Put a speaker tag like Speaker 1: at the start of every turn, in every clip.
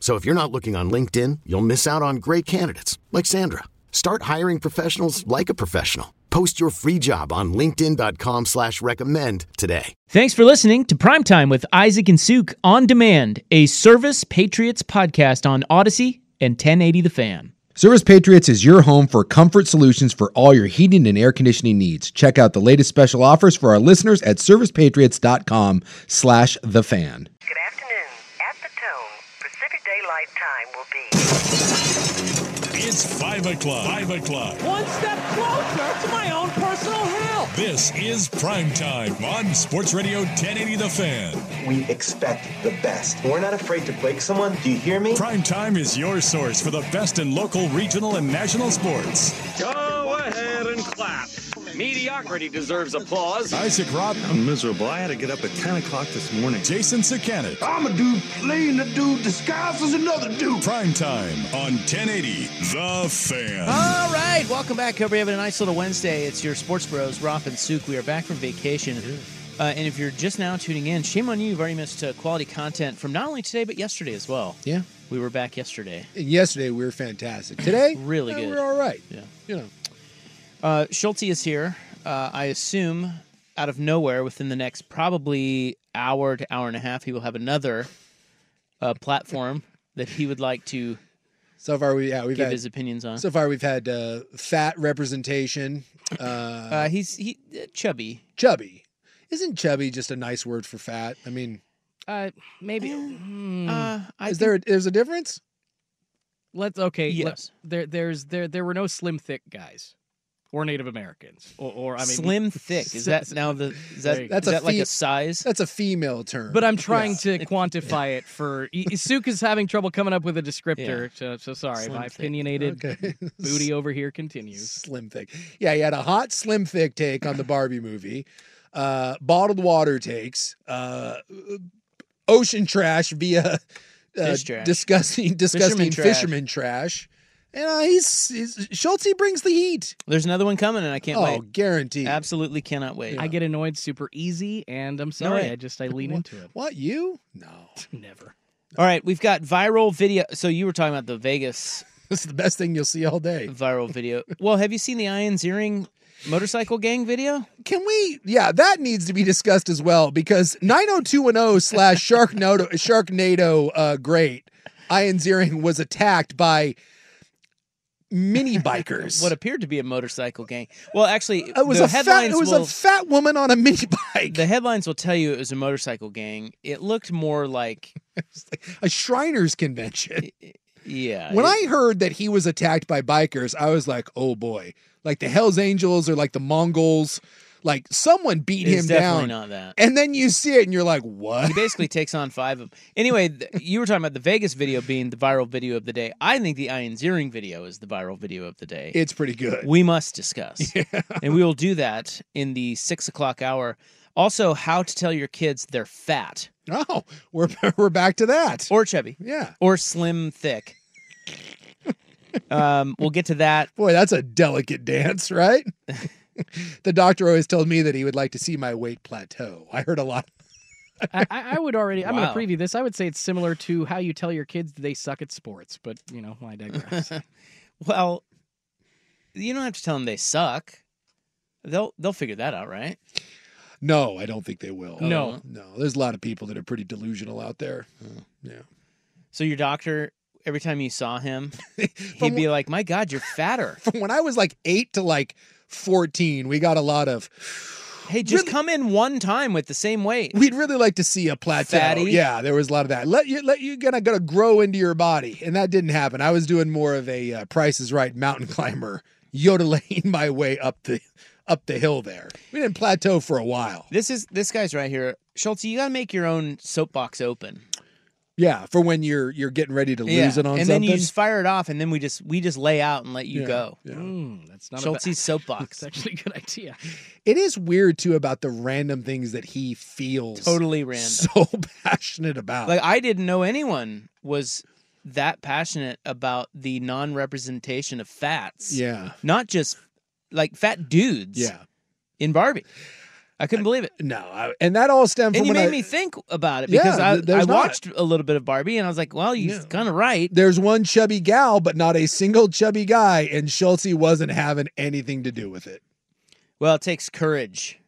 Speaker 1: So if you're not looking on LinkedIn, you'll miss out on great candidates like Sandra. Start hiring professionals like a professional. Post your free job on linkedin.com/recommend slash recommend today.
Speaker 2: Thanks for listening to Primetime with Isaac and Suk on demand, a Service Patriots podcast on Odyssey and 1080 The Fan.
Speaker 3: Service Patriots is your home for comfort solutions for all your heating and air conditioning needs. Check out the latest special offers for our listeners at servicepatriots.com slash the fan.
Speaker 4: Good afternoon. At the tone, Pacific Daylight Time will be.
Speaker 5: It's 5 o'clock. 5 o'clock.
Speaker 6: one step closer to my own personal hell.
Speaker 5: This is prime time on Sports Radio 1080 The Fan.
Speaker 7: We expect the best. We're not afraid to break someone. Do you hear me?
Speaker 5: Prime time is your source for the best in local, regional, and national sports.
Speaker 8: Go ahead and clap. Mediocrity deserves applause.
Speaker 5: Isaac Rob,
Speaker 8: I'm miserable. I had to get up at 10 o'clock this morning.
Speaker 5: Jason Sakanik.
Speaker 9: I'm a dude playing a dude disguised as another dude.
Speaker 5: Prime time on 1080 The Fan.
Speaker 10: Ah!
Speaker 2: All right, welcome back. Hope you're having a nice little Wednesday. It's your Sports Bros, Roth and Suk. We are back from vacation. Uh, and if you're just now tuning in, shame on you. You've already missed uh, quality content from not only today, but yesterday as well.
Speaker 3: Yeah.
Speaker 2: We were back yesterday.
Speaker 3: Yesterday we were fantastic. Today,
Speaker 2: Really
Speaker 3: eh,
Speaker 2: good.
Speaker 3: We're all right.
Speaker 2: Yeah.
Speaker 3: You know,
Speaker 2: Uh, Schulte is here. Uh, I assume out of nowhere within the next probably hour to hour and a half, he will have another uh, platform that he would like to
Speaker 3: so far we yeah we've
Speaker 2: give
Speaker 3: had
Speaker 2: his opinions on.
Speaker 3: so far we've had uh, fat representation. Uh,
Speaker 2: uh, he's he uh, chubby.
Speaker 3: chubby, isn't chubby just a nice word for fat? I mean,
Speaker 10: Uh, maybe. Hmm.
Speaker 2: Uh, I
Speaker 3: is there a, there's a difference?
Speaker 10: Let's okay. let-
Speaker 2: Yes.
Speaker 10: there, there's there. There were no slim thick guys, or Native Americans, or, or I mean
Speaker 2: slim thick is that now the is
Speaker 10: There
Speaker 2: that
Speaker 10: you
Speaker 3: That's
Speaker 2: is
Speaker 3: a
Speaker 2: that like a
Speaker 3: feat.
Speaker 2: size?
Speaker 3: That's a female term.
Speaker 10: But I'm trying to quantify it for. Suk is having trouble coming up with a descriptor. So, so sorry,
Speaker 2: Slim
Speaker 10: my
Speaker 2: thick.
Speaker 10: opinionated
Speaker 3: okay.
Speaker 10: booty over here continues.
Speaker 3: Slim Thick. Yeah, he had a hot Slim Thick take on the Barbie movie, uh, bottled water takes, uh, ocean trash via uh,
Speaker 2: Fish trash.
Speaker 3: disgusting,
Speaker 2: Fisherman
Speaker 3: disgusting
Speaker 2: trash.
Speaker 3: fisherman trash. And uh, he's, he's Schultz. He brings the heat.
Speaker 2: There's another one coming, and I can't
Speaker 3: oh,
Speaker 2: wait.
Speaker 3: guaranteed.
Speaker 2: Absolutely cannot wait.
Speaker 10: I get annoyed super easy, and I'm sorry.
Speaker 2: way.
Speaker 10: I just I lean into it.
Speaker 3: What you? No,
Speaker 10: Never.
Speaker 2: All right, we've got viral video. So you were talking about the Vegas
Speaker 3: this is the best thing you'll see all day.
Speaker 2: viral video. well, have you seen the Ian Ziering motorcycle gang video?
Speaker 3: Can we? Yeah, that needs to be discussed as well because 90210 slash Sharknado Sharknado uh, great Ian Ziering was attacked by mini bikers.
Speaker 2: What appeared to be a motorcycle gang. Well, actually,
Speaker 3: it was
Speaker 2: the
Speaker 3: a fat.
Speaker 2: headlines
Speaker 3: It was
Speaker 2: will,
Speaker 3: a fat woman on a mini bike.
Speaker 2: the headlines will tell you it was a motorcycle gang. It looked more like
Speaker 3: a Shriners convention.
Speaker 2: yeah.
Speaker 3: When
Speaker 2: it-
Speaker 3: I heard that he was attacked by bikers, I was like, oh boy, like the Hell's Angels or like the Mongols, like someone beat
Speaker 2: it's
Speaker 3: him
Speaker 2: definitely
Speaker 3: down.
Speaker 2: not that.
Speaker 3: And then you see it and you're like, what?
Speaker 2: He basically takes on five of them. Anyway, th- you were talking about the Vegas video being the viral video of the day. I think the Ian Ziering video is the viral video of the day.
Speaker 3: It's pretty good.
Speaker 2: we must discuss. And we will do that in the six o'clock hour. Also, how to tell your kids they're fat
Speaker 3: Oh, we're we're back to that.
Speaker 2: or chubby
Speaker 3: Yeah.
Speaker 2: or slim thick. Um, we'll get to that.
Speaker 3: Boy, that's a delicate dance, right? the doctor always told me that he would like to see my weight plateau. I heard a lot.
Speaker 10: I, I I would already. I'm
Speaker 2: Wow.
Speaker 10: going to preview this. I would say it's similar to how you tell your kids they suck at sports, but you know, I digress.
Speaker 2: Well, you don't have to tell them they suck. They'll they'll figure that out, right?
Speaker 3: No, I don't think they will.
Speaker 10: No.
Speaker 3: No, there's a lot of people that are pretty delusional out there. Yeah.
Speaker 2: So your doctor every time you saw him, he'd be like, "My God, you're fatter."
Speaker 3: From when I was like eight to like fourteen, we got a lot of.
Speaker 2: Hey, just come in one time with the same weight.
Speaker 3: We'd really like to see a plateau.
Speaker 2: Fatty.
Speaker 3: Yeah, there was a lot of that. Let you let you gonna gonna grow into your body, and that didn't happen. I was doing more of a uh, Price is Right mountain climber, yodeling my way up the up the hill. There, we didn't plateau for a while.
Speaker 2: This is this guy's right here, Schultz. You got to make your own soapbox open.
Speaker 3: Yeah, for when you're you're getting ready to lose it on
Speaker 2: and
Speaker 3: something.
Speaker 2: then you just fire it off, and then we just we just lay out and let you
Speaker 3: Yeah,
Speaker 2: go. Mm.
Speaker 3: yeah.
Speaker 10: that's not a
Speaker 2: Schultz's
Speaker 10: bad-
Speaker 2: soapbox.
Speaker 10: It's actually a good idea.
Speaker 3: It is weird too about the random things that he feels
Speaker 2: Totally random.
Speaker 3: so passionate about.
Speaker 2: Like I didn't know anyone was that passionate about the non-representation of fats.
Speaker 3: yeah,
Speaker 2: Not just like fat dudes.
Speaker 3: yeah,
Speaker 2: In Barbie. I couldn't believe it.
Speaker 3: no, I, and that all stemmed
Speaker 2: And
Speaker 3: from
Speaker 2: you
Speaker 3: when
Speaker 2: made
Speaker 3: I-
Speaker 2: me think about it
Speaker 3: Yeah,
Speaker 2: because
Speaker 3: th-
Speaker 2: I, I
Speaker 3: there's not-
Speaker 2: watched a little bit of Barbie and I was like, well, you're
Speaker 3: Yeah.
Speaker 2: kind of right.
Speaker 3: There's one chubby gal, but not a single chubby guy, and Schultze wasn't having anything to do with it.
Speaker 2: Well, it takes courage,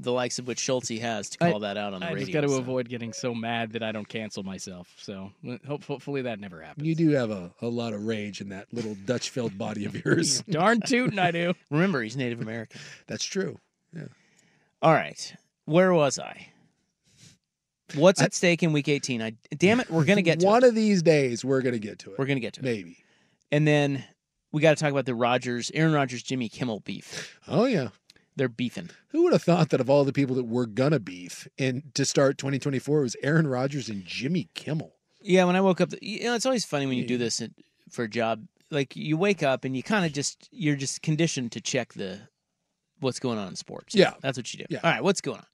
Speaker 2: the likes of which Schultz has to
Speaker 10: I-
Speaker 2: call that out on the
Speaker 10: I
Speaker 2: radio.
Speaker 10: just got to
Speaker 2: so.
Speaker 10: avoid getting so mad that I don't cancel myself. So hope, hopefully that never happens.
Speaker 3: You do have a, a lot of rage in that little Dutch filled body of yours.
Speaker 10: Darn tootin', I do.
Speaker 2: Remember, he's Native American.
Speaker 3: That's true.
Speaker 2: All right, where was I? What's at stake in Week 18? I damn it, we're gonna get to
Speaker 3: One
Speaker 2: it.
Speaker 3: of these days, we're going to get to it.
Speaker 2: We're gonna get to it,
Speaker 3: Maybe.
Speaker 2: and then we got to talk about the Rogers, Aaron Rodgers, Jimmy Kimmel beef.
Speaker 3: Oh, yeah.
Speaker 2: They're beefing.
Speaker 3: Who would have thought that of all the people that were going to beef and to start 2024, it was Aaron Rodgers and Jimmy Kimmel?
Speaker 2: Yeah, when I woke up, you know, it's always funny when you do this at- for a job. Like you wake up and you kind of just you're just conditioned to check the what's going on in sports.
Speaker 3: Yeah.
Speaker 2: that's what you do.
Speaker 3: Yeah.
Speaker 2: All right, what's going on?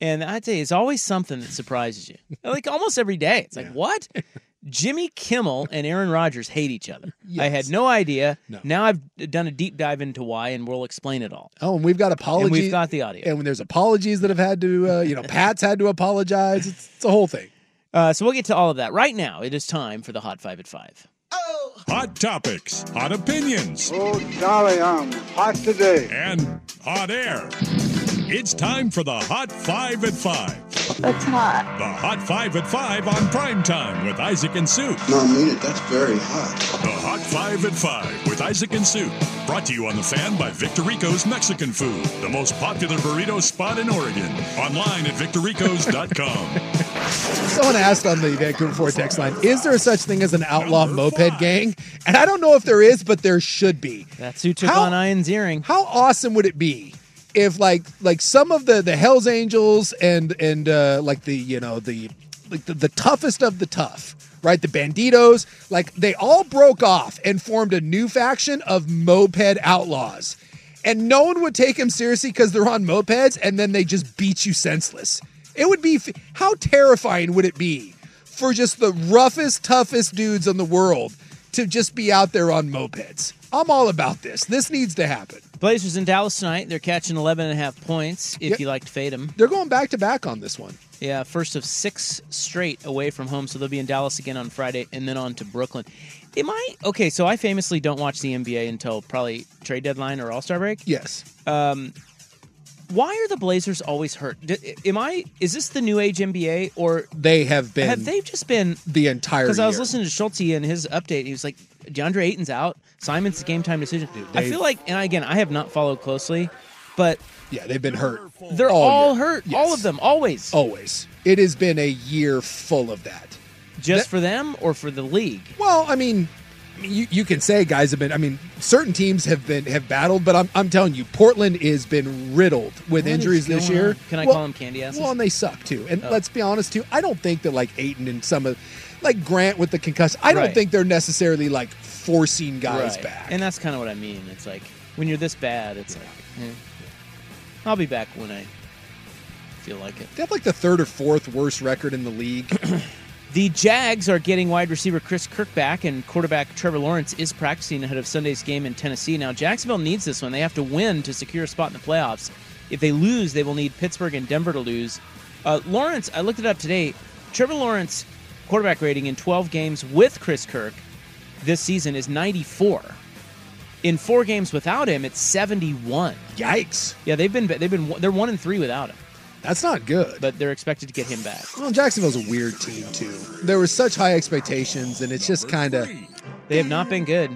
Speaker 2: And I tell you, it's always something that surprises you. Like almost every day, it's like what? Jimmy Kimmel and Aaron Rodgers hate each other. I had no idea.
Speaker 3: No.
Speaker 2: Now I've done a deep dive into why, and we'll explain it all.
Speaker 3: Oh, and we've got
Speaker 2: And
Speaker 3: apologies.
Speaker 2: we've got the audio.
Speaker 3: and when there's apologies that have had to, uh, you know, Pat's had to apologize. It's, it's a whole thing.
Speaker 2: Uh, so we'll get to all of that. Right now, it is time for the Hot Five at Five.
Speaker 5: Hot topics, hot opinions,
Speaker 9: Oh, golly, I'm hot today.
Speaker 5: and hot air. It's time for the Hot Five at Five.
Speaker 11: That's hot.
Speaker 5: The Hot Five at Five on prime time with Isaac and Sue.
Speaker 7: No, I mean it. That's very hot.
Speaker 5: The Hot Five at Five with Isaac and Sue. Brought to you on the fan by Victorico's Mexican Food, the most popular burrito spot in Oregon. Online at victorico's.com.
Speaker 3: Someone asked on the Vancouver 4 text line, is there such thing as an outlaw moped gang? And I don't know if there is, but there should be.
Speaker 2: That's who took
Speaker 3: How-
Speaker 2: on Ian Ziering.
Speaker 3: How awesome would it be if like like some of the the Hells Angels and and uh like the you know the like the, the toughest of the tough, right? The banditos, like they all broke off and formed a new faction of moped outlaws. And no one would take them seriously because they're on mopeds and then they just beat you senseless. It would be f- how terrifying would it be for just the roughest, toughest dudes in the world to just be out there on mopeds? I'm all about this. This needs to happen.
Speaker 2: Blazers in Dallas tonight. They're catching 11 and a half points if
Speaker 3: Yep.
Speaker 2: you like to fade them.
Speaker 3: They're going back to back on this one.
Speaker 2: Yeah, first of six straight away from home. So they'll be in Dallas again on Friday and then on to Brooklyn. Am I okay? So I famously don't watch the NBA until probably trade deadline or All Star break.
Speaker 3: Yes.
Speaker 2: Um, why are the Blazers always hurt? D- am I? Is this the new age NBA or
Speaker 3: They have been
Speaker 2: have they just been?
Speaker 3: the entire
Speaker 2: Because I was
Speaker 3: year.
Speaker 2: listening to Schulte and his update, he was like, DeAndre Ayton's out. Simon's a game time decision. I
Speaker 3: they-
Speaker 2: feel like, and again, I have not followed closely, but
Speaker 3: Yeah, they've been hurt.
Speaker 2: They're
Speaker 3: All
Speaker 2: all,
Speaker 3: year.
Speaker 2: hurt.
Speaker 3: Yes. Oh,
Speaker 2: All of them, always.
Speaker 3: Always. It has been a year full of that.
Speaker 2: Just for them or for the league?
Speaker 3: Well, I mean, you, you can say guys have been. I mean, certain teams have been have battled, but I'm, I'm telling you, Portland has been riddled with
Speaker 2: is
Speaker 3: injuries this
Speaker 2: going
Speaker 3: year.
Speaker 2: on? Can I call them candy asses? Oh.
Speaker 3: Well, and they suck too. And let's be honest too. I don't think that like Aiton and some of like Grant with the concussion. I don't
Speaker 2: Right.
Speaker 3: think they're necessarily like forcing guys
Speaker 2: Right.
Speaker 3: back.
Speaker 2: And that's kind of what I mean. It's like when you're this bad, it's like, eh, I'll be back when I feel like it.
Speaker 3: they have like the third or fourth worst record in the league.
Speaker 2: The Jags are getting wide receiver Chris Kirk back, and quarterback Trevor Lawrence is practicing ahead of Sunday's game in Tennessee. Now, Jacksonville needs this one. They have to win to secure a spot in the playoffs. If they lose, they will need Pittsburgh and Denver to lose. Uh, Lawrence, I looked it up today. Trevor Lawrence, quarterback rating in 12 games with Chris Kirk this season is 94. In four games without him, it's 71.
Speaker 3: Yikes!
Speaker 2: Yeah, they've been they've been they're one and three without him.
Speaker 3: That's not good.
Speaker 2: But they're expected to get him back.
Speaker 3: Well, Jacksonville's a weird team too. There were such high expectations, and it's just kind of
Speaker 2: they have not been good.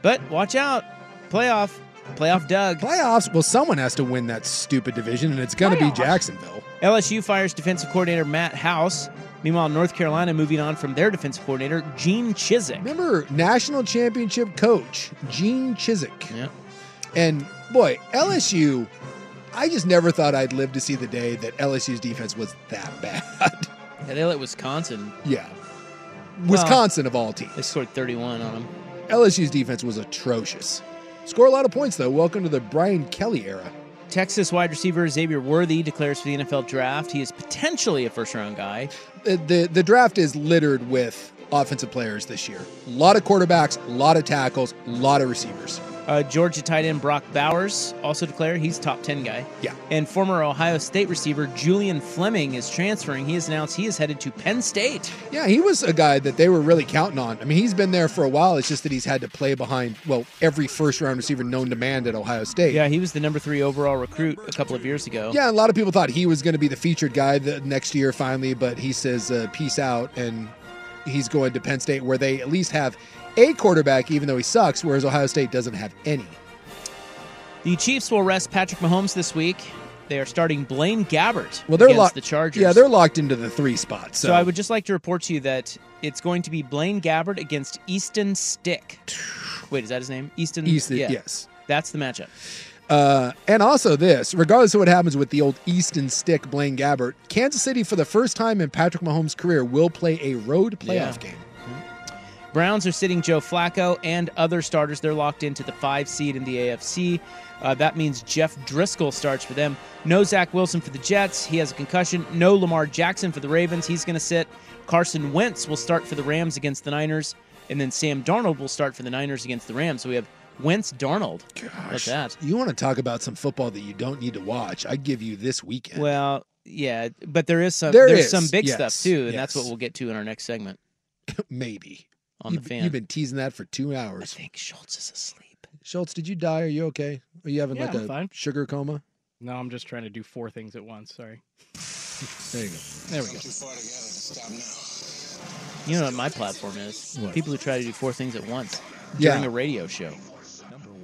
Speaker 2: But watch out, playoff, playoff Doug.
Speaker 3: Playoffs. Well, someone has to win that stupid division, and it's going to be Jacksonville.
Speaker 2: LSU fires defensive coordinator Matt House. Meanwhile, North Carolina moving on from their defensive coordinator Gene Chiswick.
Speaker 3: Remember, national championship coach Gene Chiswick.
Speaker 2: Yeah.
Speaker 3: And boy, LSU. I just never thought I'd live to see the day that LSU's defense was that bad.
Speaker 2: Yeah, they let Wisconsin.
Speaker 3: yeah. Wisconsin of all teams.
Speaker 2: They scored 31 on them.
Speaker 3: LSU's defense was atrocious. Score a lot of points, though. Welcome to the Brian Kelly era.
Speaker 2: Texas wide receiver Xavier Worthy declares for the NFL draft. He is potentially a first round guy.
Speaker 3: The, Uh, the, the draft is littered with offensive players this year. A lot of quarterbacks, a lot of tackles, a lot of receivers.
Speaker 2: Uh, Georgia tight end Brock Bowers also declared he's top 10 guy.
Speaker 3: Yeah.
Speaker 2: And former Ohio State receiver Julian Fleming is transferring. He has announced he is headed to Penn State.
Speaker 3: Yeah, he was a guy that they were really counting on. I mean, he's been there for a while. It's just that he's had to play behind, well, every first round receiver known to man at Ohio State.
Speaker 2: Yeah, he was the number three overall recruit a couple of years ago.
Speaker 3: Yeah, a lot of people thought he was going to be the featured guy the next year finally, but he says uh, peace out and he's going to Penn State where they at least have a quarterback, even though he sucks, whereas Ohio State doesn't have any.
Speaker 2: The Chiefs will rest Patrick Mahomes this week. They are starting Blaine Gabbert
Speaker 3: Well, they're
Speaker 2: against
Speaker 3: locked.
Speaker 2: the Chargers.
Speaker 3: Yeah, they're locked into the three spot. So,
Speaker 2: So I would just like to report to you that it's going to be Blaine Gabbert against Easton Stick. Wait, is that his name? Easton.
Speaker 3: Easton- yes.
Speaker 2: That's the matchup.
Speaker 3: Uh, and also this, regardless of what happens with the old Easton stick, Blaine Gabbert, Kansas City for the first time in Patrick Mahomes' career will play a road playoff
Speaker 2: Yeah.
Speaker 3: game.
Speaker 2: Browns are sitting Joe Flacco and other starters. They're locked into the five seed in the AFC. Uh, that means Jeff Driscoll starts for them. No Zach Wilson for the Jets. He has a concussion. No Lamar Jackson for the Ravens. He's going to sit. Carson Wentz will start for the Rams against the Niners. And then Sam Darnold will start for the Niners against the Rams. So we have Wentz Darnold. Gosh. that.
Speaker 3: You want to talk about some football that you don't need to watch? I give you this weekend.
Speaker 2: Well, yeah, but there is some
Speaker 3: There
Speaker 2: there's
Speaker 3: is,
Speaker 2: some big
Speaker 3: yes,
Speaker 2: stuff too, and that's what
Speaker 3: yes.
Speaker 2: we'll get to in our next segment
Speaker 3: Maybe
Speaker 2: on
Speaker 3: you've,
Speaker 2: the fan.
Speaker 3: You've been teasing that for two hours.
Speaker 2: I think Schultz is asleep.
Speaker 3: Schultz, did you die? Are you okay? Are you having
Speaker 10: Yeah,
Speaker 3: like
Speaker 10: I'm
Speaker 3: a
Speaker 10: fine.
Speaker 3: sugar coma?
Speaker 10: No, I'm just trying to do four things at once. Sorry.
Speaker 3: There you go.
Speaker 10: There we go.
Speaker 2: You know what my platform is?
Speaker 3: What?
Speaker 2: People who try to do four things at once
Speaker 3: Yeah.
Speaker 2: during a radio show.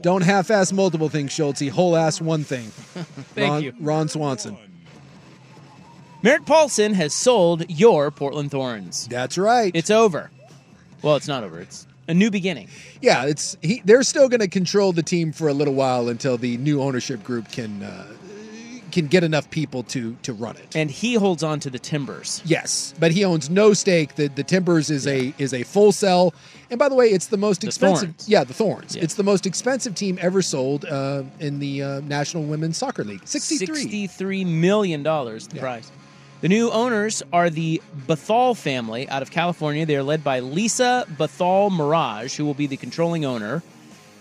Speaker 3: Don't half-ass multiple things, Schultz. Whole ass one thing.
Speaker 2: Thank
Speaker 3: Ron,
Speaker 2: you.
Speaker 3: Ron Swanson.
Speaker 2: Merritt Paulson has sold your Portland Thorns.
Speaker 3: That's right.
Speaker 2: It's over. Well, it's not over. It's a new beginning.
Speaker 3: Yeah, it's he. They're still going to control the team for a little while until the new ownership group can uh, can get enough people to to run it.
Speaker 2: And he holds on to the Timbers.
Speaker 3: Yes, but he owns no stake. The the Timbers is a is a full sell. And by the way, it's the most expensive.
Speaker 2: Thorns.
Speaker 3: yeah, the Thorns.
Speaker 2: Yeah.
Speaker 3: It's the most expensive team ever sold uh, in the uh, National Women's Soccer League. Sixty three.
Speaker 2: $63 million, the price. The new owners are the Bethal family out of California. They are led by Lisa Bethal Mirage, who will be the controlling owner.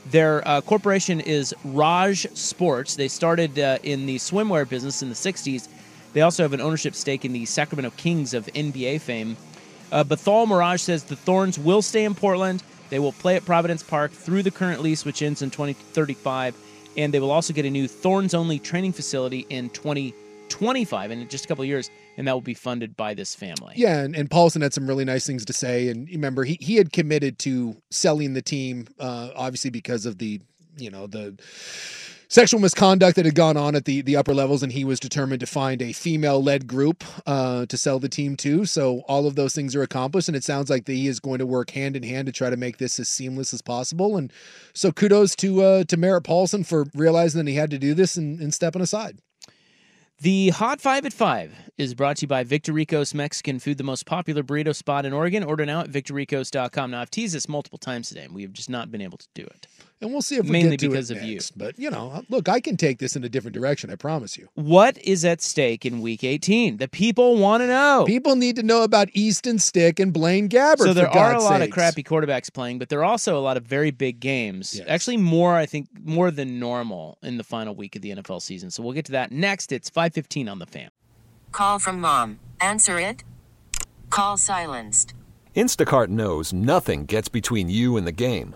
Speaker 2: Their uh, corporation is Raj Sports. They started uh, in the swimwear business in the 60s. They also have an ownership stake in the Sacramento Kings of NBA fame. Uh, Bethal Mirage says the Thorns will stay in Portland. They will play at Providence Park through the current lease, which ends in 2035. And they will also get a new Thorns only training facility in 2025, in just a couple of years. And that will be funded by this family.
Speaker 3: Yeah, and, and Paulson had some really nice things to say. And remember, he, he had committed to selling the team, uh, obviously because of the you know the sexual misconduct that had gone on at the the upper levels, and he was determined to find a female led group uh, to sell the team to. So all of those things are accomplished, and it sounds like that he is going to work hand in hand to try to make this as seamless as possible. And so kudos to uh, to Merritt Paulson for realizing that he had to do this and, and stepping aside.
Speaker 2: The Hot Five at Five is brought to you by Victorico's Mexican Food, the most popular burrito spot in Oregon. Order now at victoricos.com. Now, I've teased this multiple times today, and we have just not been able to do it.
Speaker 3: And we'll see if we
Speaker 2: Mainly
Speaker 3: get to
Speaker 2: because
Speaker 3: it
Speaker 2: of you.
Speaker 3: next. But you know, look, I can take this in a different direction. I promise you.
Speaker 2: What is at stake in week 18? The people want to know.
Speaker 3: People need to know about Easton Stick and Blaine Gabbert.
Speaker 2: Oh. so there
Speaker 3: for
Speaker 2: are
Speaker 3: God's
Speaker 2: a lot of
Speaker 3: sakes.
Speaker 2: crappy quarterbacks playing, but there are also a lot of very big games.
Speaker 3: Yes.
Speaker 2: Actually, more I think more than normal in the final week of the NFL season. So we'll get to that next. It's five fifteen on the fan.
Speaker 11: Call from mom. Answer it. Call silenced.
Speaker 12: Instacart knows nothing gets between you and the game.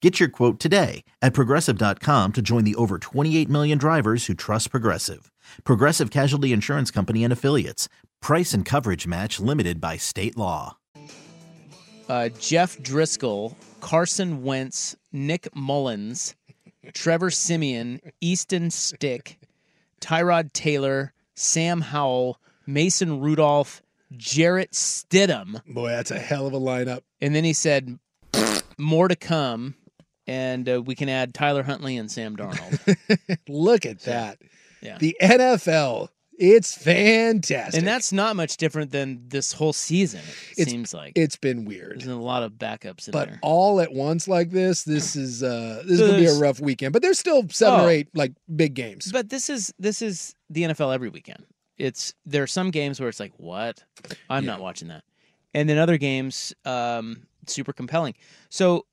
Speaker 13: Get your quote today at progressive.com to join the over 28 million drivers who trust Progressive. Progressive Casualty Insurance Company and Affiliates. Price and coverage match limited by state law.
Speaker 2: Uh, Jeff Driscoll, Carson Wentz, Nick Mullins, Trevor Simeon, Easton Stick, Tyrod Taylor, Sam Howell, Mason Rudolph, Jarrett Stidham.
Speaker 3: Boy, that's a hell of a lineup.
Speaker 2: And then he said, more to come, and uh, we can add Tyler Huntley and Sam Darnold.
Speaker 3: Look at that.
Speaker 2: Yeah.
Speaker 3: The NFL. It's fantastic.
Speaker 2: And that's not much different than this whole season, it
Speaker 3: It's-
Speaker 2: seems like.
Speaker 3: it's been weird.
Speaker 2: There's a lot of backups in
Speaker 3: But
Speaker 2: there.
Speaker 3: all at once like this, this is uh this is gonna be a
Speaker 2: There's-
Speaker 3: rough weekend. But there's still seven
Speaker 2: Oh.
Speaker 3: or eight like big games.
Speaker 2: But this is this is the NFL every weekend. It's there are some games where it's like, what? I'm not watching that. And then other games, um, super compelling. So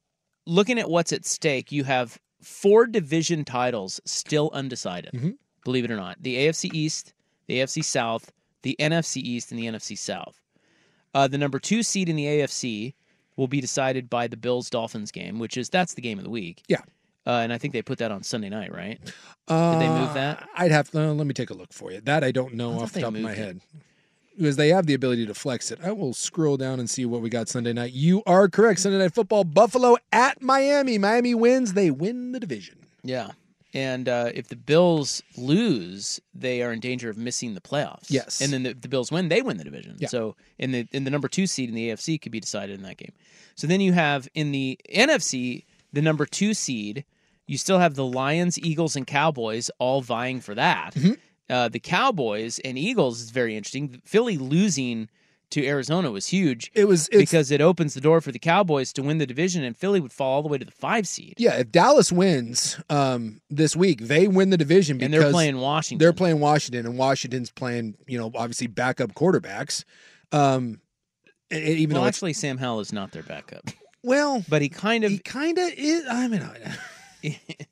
Speaker 2: looking at what's at stake, you have four division titles still undecided.
Speaker 3: Mhm.
Speaker 2: Believe it or not. The AFC East, the AFC South, the NFC East, and the NFC South. Uh, the number two seed in the AFC will be decided by the Bills Dolphins game, which is that's the game of the week.
Speaker 3: Yeah.
Speaker 2: Uh, and I think they put that on Sunday night, right?
Speaker 3: Uh,
Speaker 2: they move that?
Speaker 3: I'd have to let me take a look for you. That I don't
Speaker 2: I
Speaker 3: know
Speaker 2: thought
Speaker 3: off the
Speaker 2: they
Speaker 3: top of my
Speaker 2: moved it.
Speaker 3: head. Because they have the ability to flex it. I will scroll down and see what we got Sunday night. You are correct. Sunday night football, Buffalo at Miami. Miami wins. They win the division.
Speaker 2: Yeah. And uh, if the Bills lose, they are in danger of missing the playoffs.
Speaker 3: Yes.
Speaker 2: And then the, the Bills win, they win the division.
Speaker 3: Yeah.
Speaker 2: So, in the in the number two seed in the AFC could be decided in that game. So then you have in the NFC the number two seed. You still have the Lions, Eagles, and Cowboys all vying for that.
Speaker 3: Mm-hmm.
Speaker 2: Uh, the Cowboys and Eagles is very interesting. Philly losing to Arizona was huge.
Speaker 3: It was it's,
Speaker 2: because it opens the door for the Cowboys to win the division, and Philly would fall all the way to the five seed.
Speaker 3: yeah, if Dallas wins um this week, they win the division because
Speaker 2: And they're playing Washington.
Speaker 3: They're playing Washington, and Washington's playing, you know, obviously backup quarterbacks. Um, and- and even
Speaker 2: well,
Speaker 3: though it's,
Speaker 2: actually, Sam Howell is not their backup,
Speaker 3: well,
Speaker 2: but he kind of
Speaker 3: he kind of is. I mean, I,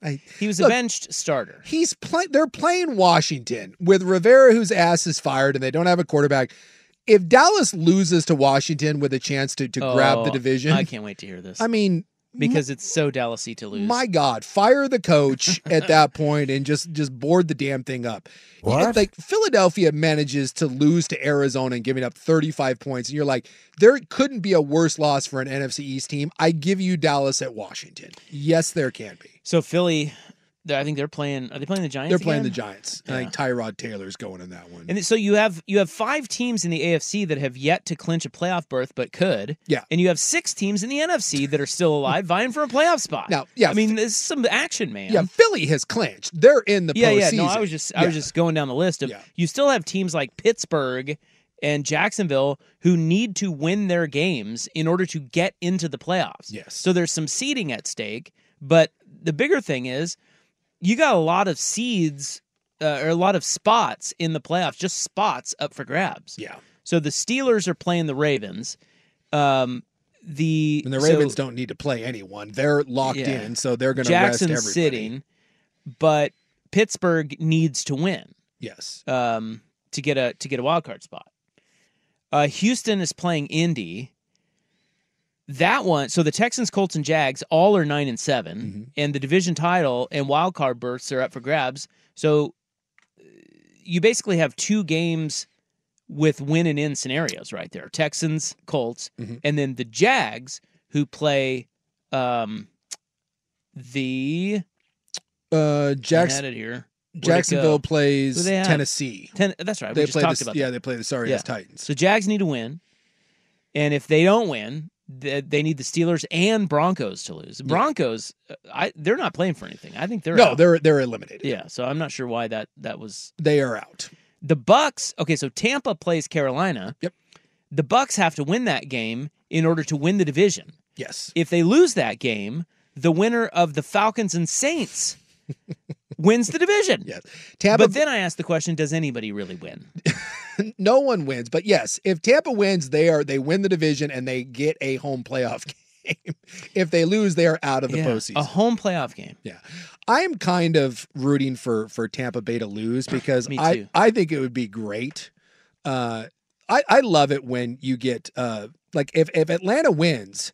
Speaker 3: I,
Speaker 2: he was a
Speaker 3: Look.
Speaker 2: benched starter.
Speaker 3: he's playing. They're playing Washington with Rivera, whose ass is fired, and they don't have a quarterback. If Dallas loses to Washington with a chance to, to grab the
Speaker 2: Oh,
Speaker 3: division,
Speaker 2: I can't wait to hear this
Speaker 3: I mean,
Speaker 2: because it's so Dallasy to lose.
Speaker 3: my God, fire the coach at that point and just just board the damn thing up. You-
Speaker 12: What?
Speaker 3: Like Philadelphia manages to lose to Arizona and giving up 35 points, and you're like, there couldn't be a worse loss for an NFC East team. I give you Dallas at Washington. Yes, there can be.
Speaker 2: so Philly, they're- I think they're playing. Are they playing the Giants?
Speaker 3: They're playing the
Speaker 2: again?
Speaker 3: Giants. I think Tyrod Taylor's going in that one.
Speaker 2: And so you have you have five teams in the AFC that have yet to clinch a playoff berth, but could.
Speaker 3: Yeah.
Speaker 2: And you have six teams in the NFC that are still alive, vying for a playoff spot.
Speaker 3: Now, yeah,
Speaker 2: I mean, this is some action, man.
Speaker 3: yeah, Philly has clinched. They're in the
Speaker 2: yeah, yeah.
Speaker 3: postseason.
Speaker 2: No, I was just I was
Speaker 3: Yeah.
Speaker 2: just going down the list of
Speaker 3: Yeah.
Speaker 2: you still have teams like Pittsburgh and Jacksonville who need to win their games in order to get into the playoffs.
Speaker 3: Yes.
Speaker 2: So there's some seeding at stake, but the bigger thing is you got a lot of seeds uh, or a lot of spots in the playoffs, just spots up for grabs.
Speaker 3: yeah.
Speaker 2: So the Steelers are playing the Ravens. Um, the
Speaker 3: And the
Speaker 2: so-
Speaker 3: Ravens don't need to play anyone. They're locked
Speaker 2: Yeah.
Speaker 3: in, so they're going to rest
Speaker 2: Jackson's
Speaker 3: everybody.
Speaker 2: sitting, but Pittsburgh needs to win
Speaker 3: Yes.
Speaker 2: um, to get a to get a wild card spot. Uh, Houston is playing Indy. That one, so the Texans, Colts, and Jags all are nine and 7
Speaker 3: Mm-hmm.
Speaker 2: and the division title and wild card berths are up for grabs. So uh, you basically have two games with win and in scenarios right there. Texans, Colts,
Speaker 3: Mm-hmm.
Speaker 2: and then the Jags who play um the
Speaker 3: Uh,
Speaker 2: I had
Speaker 3: Jackson,
Speaker 2: it here. Where'd it
Speaker 3: Jacksonville
Speaker 2: go?
Speaker 3: plays
Speaker 2: Who they have?
Speaker 3: Tennessee.
Speaker 2: Ten- that's right. we
Speaker 3: They
Speaker 2: just
Speaker 3: play
Speaker 2: talked
Speaker 3: the-
Speaker 2: about
Speaker 3: yeah,
Speaker 2: that.
Speaker 3: they play the sorry ass Titans.
Speaker 2: So Jags need to win, and if they don't win, they, they need the Steelers and Broncos to lose. Broncos, uh, I they're not playing for anything. I think they're
Speaker 3: no,
Speaker 2: out.
Speaker 3: they're they're eliminated.
Speaker 2: yeah. So I'm not sure why that that was
Speaker 3: They are out.
Speaker 2: the Bucks. Okay, so Tampa plays Carolina. Yep. The Bucks have to win that game in order to win the division.
Speaker 3: Yes.
Speaker 2: If they lose that game, the winner of the Falcons and Saints wins the division.
Speaker 3: Yes.
Speaker 2: but then I ask the question, does anybody really win?
Speaker 3: no one wins. But yes, if Tampa wins, they are they win the division and they get a home playoff game. if they lose, they are out of the
Speaker 2: Yeah,
Speaker 3: postseason.
Speaker 2: A home playoff game.
Speaker 3: Yeah. I am kind of rooting for for Tampa Bay to lose because
Speaker 2: Me
Speaker 3: I
Speaker 2: too.
Speaker 3: I think it would be great. Uh, I I love it when you get uh like if if Atlanta wins,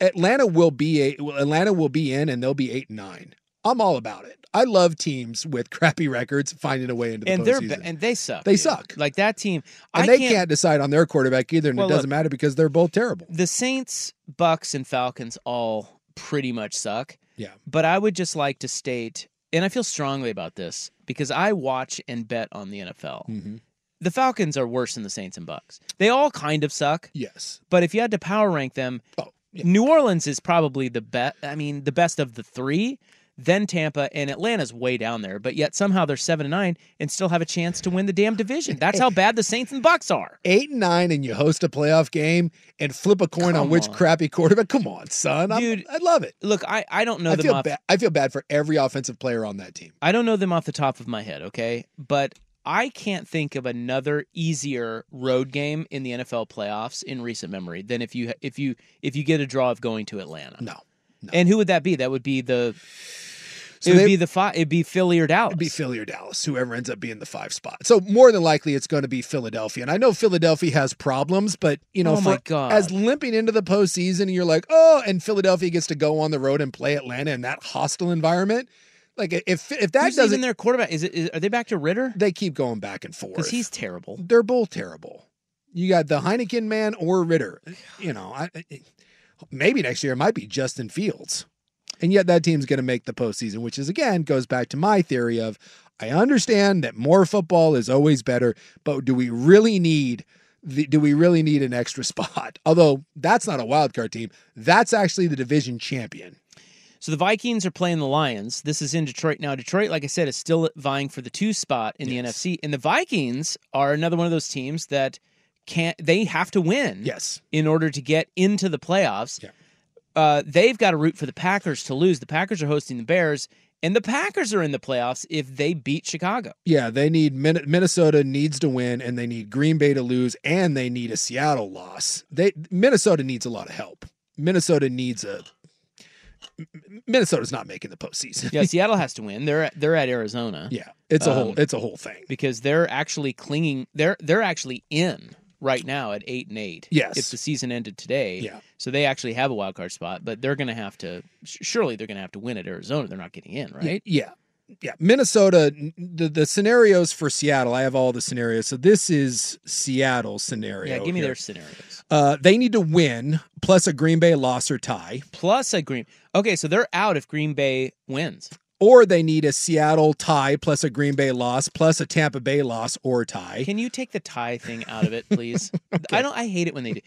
Speaker 3: Atlanta will be a well, Atlanta will be in and they'll be eight and nine. I'm all about it. I love teams with crappy records finding a way into the
Speaker 2: and they're
Speaker 3: postseason.
Speaker 2: ba- and they suck.
Speaker 3: They
Speaker 2: dude.
Speaker 3: suck.
Speaker 2: Like that team.
Speaker 3: and
Speaker 2: I
Speaker 3: they
Speaker 2: can't,
Speaker 3: can't, decide on their quarterback either, and
Speaker 2: Well,
Speaker 3: it doesn't
Speaker 2: look-
Speaker 3: matter because they're both terrible.
Speaker 2: The Saints, Bucks, and Falcons all pretty much suck.
Speaker 3: Yeah.
Speaker 2: But I would just like to state, and I feel strongly about this because I watch and bet on the NFL.
Speaker 3: Mm-hmm.
Speaker 2: The Falcons are worse than the Saints and Bucks. They all kind of suck.
Speaker 3: Yes.
Speaker 2: But if you had to power rank them,
Speaker 3: Oh,
Speaker 2: New Orleans is probably the best. I mean, the best of the three. Then Tampa and Atlanta's way down there, but yet somehow they're seven and nine and still have a chance to win the damn division. That's how bad the Saints and Bucks are.
Speaker 3: Eight and nine, and you host a playoff game and flip a coin on
Speaker 2: Come
Speaker 3: which
Speaker 2: on.
Speaker 3: crappy quarterback. Come on, son. I'm,
Speaker 2: Dude,
Speaker 3: I love it.
Speaker 2: Look, I, I don't know
Speaker 3: I
Speaker 2: them
Speaker 3: feel
Speaker 2: off.
Speaker 3: bad. I feel bad for every offensive player on that team.
Speaker 2: I don't know them off the top of my head, okay? But I can't think of another easier road game in the NFL playoffs in recent memory than if you if you if you get a draw of going to Atlanta.
Speaker 3: No.
Speaker 2: And who would that be? That would be the
Speaker 3: So
Speaker 2: it would
Speaker 3: they-
Speaker 2: be the fi- it'd be Philly or Dallas.
Speaker 3: It'd be Philly or Dallas, whoever ends up being the five spot. So more than likely, it's going to be Philadelphia. And I know Philadelphia has problems, but you know,
Speaker 2: Oh my
Speaker 3: for-
Speaker 2: God.
Speaker 3: as limping into the postseason, and you're like, oh, and Philadelphia gets to go on the road and play Atlanta in that hostile environment. Like if if that
Speaker 2: Who's
Speaker 3: doesn't,
Speaker 2: even their quarterback? Is it? Is, are they back to Ritter?
Speaker 3: they keep going back and forth.
Speaker 2: Because he's terrible.
Speaker 3: they're both terrible. You got the Heineken man or Ritter. You know, I, I- maybe next year it might be Justin Fields. And yet that team's going to make the postseason, which is again goes back to my theory of I understand that more football is always better, but do we really need the, do we really need an extra spot? Although that's not a wild card team, that's actually the division champion.
Speaker 2: So the Vikings are playing the Lions. This is in Detroit now. Detroit, like I said, is still vying for the two spot in the NFC, and the Vikings are another one of those teams that can't. They have to win,
Speaker 3: Yes.
Speaker 2: in order to get into the playoffs. Uh, they've got to root for the Packers to lose. The Packers are hosting the Bears, and the Packers are in the playoffs if they beat Chicago.
Speaker 3: Yeah, they need Min- Minnesota needs to win, and they need Green Bay to lose, and they need a Seattle loss. They Minnesota needs a lot of help. Minnesota needs a M- Minnesota's not making the postseason.
Speaker 2: Yeah, Seattle has to win. They're at, they're at Arizona.
Speaker 3: Yeah, it's a whole
Speaker 2: Um,
Speaker 3: it's a whole thing.
Speaker 2: because they're actually clinging they're they're actually in right now at eight and eight
Speaker 3: Yes.
Speaker 2: if the season ended today
Speaker 3: Yeah.
Speaker 2: so they actually have a wild card spot but they're gonna have to s- surely they're gonna have to win at arizona they're not getting in
Speaker 3: Yeah,
Speaker 2: right
Speaker 3: Yeah. Yeah. Minnesota, n- the, the scenarios for Seattle, I have all the scenarios. So this is Seattle scenario.
Speaker 2: yeah, give me
Speaker 3: here.
Speaker 2: their scenarios
Speaker 3: Uh, they need to win plus a Green Bay loss or tie,
Speaker 2: plus a green okay so they're out if green bay wins
Speaker 3: or they need a Seattle tie plus a Green Bay loss plus a Tampa Bay loss or tie.
Speaker 2: can you take the tie thing out of it please i don't i hate it when they do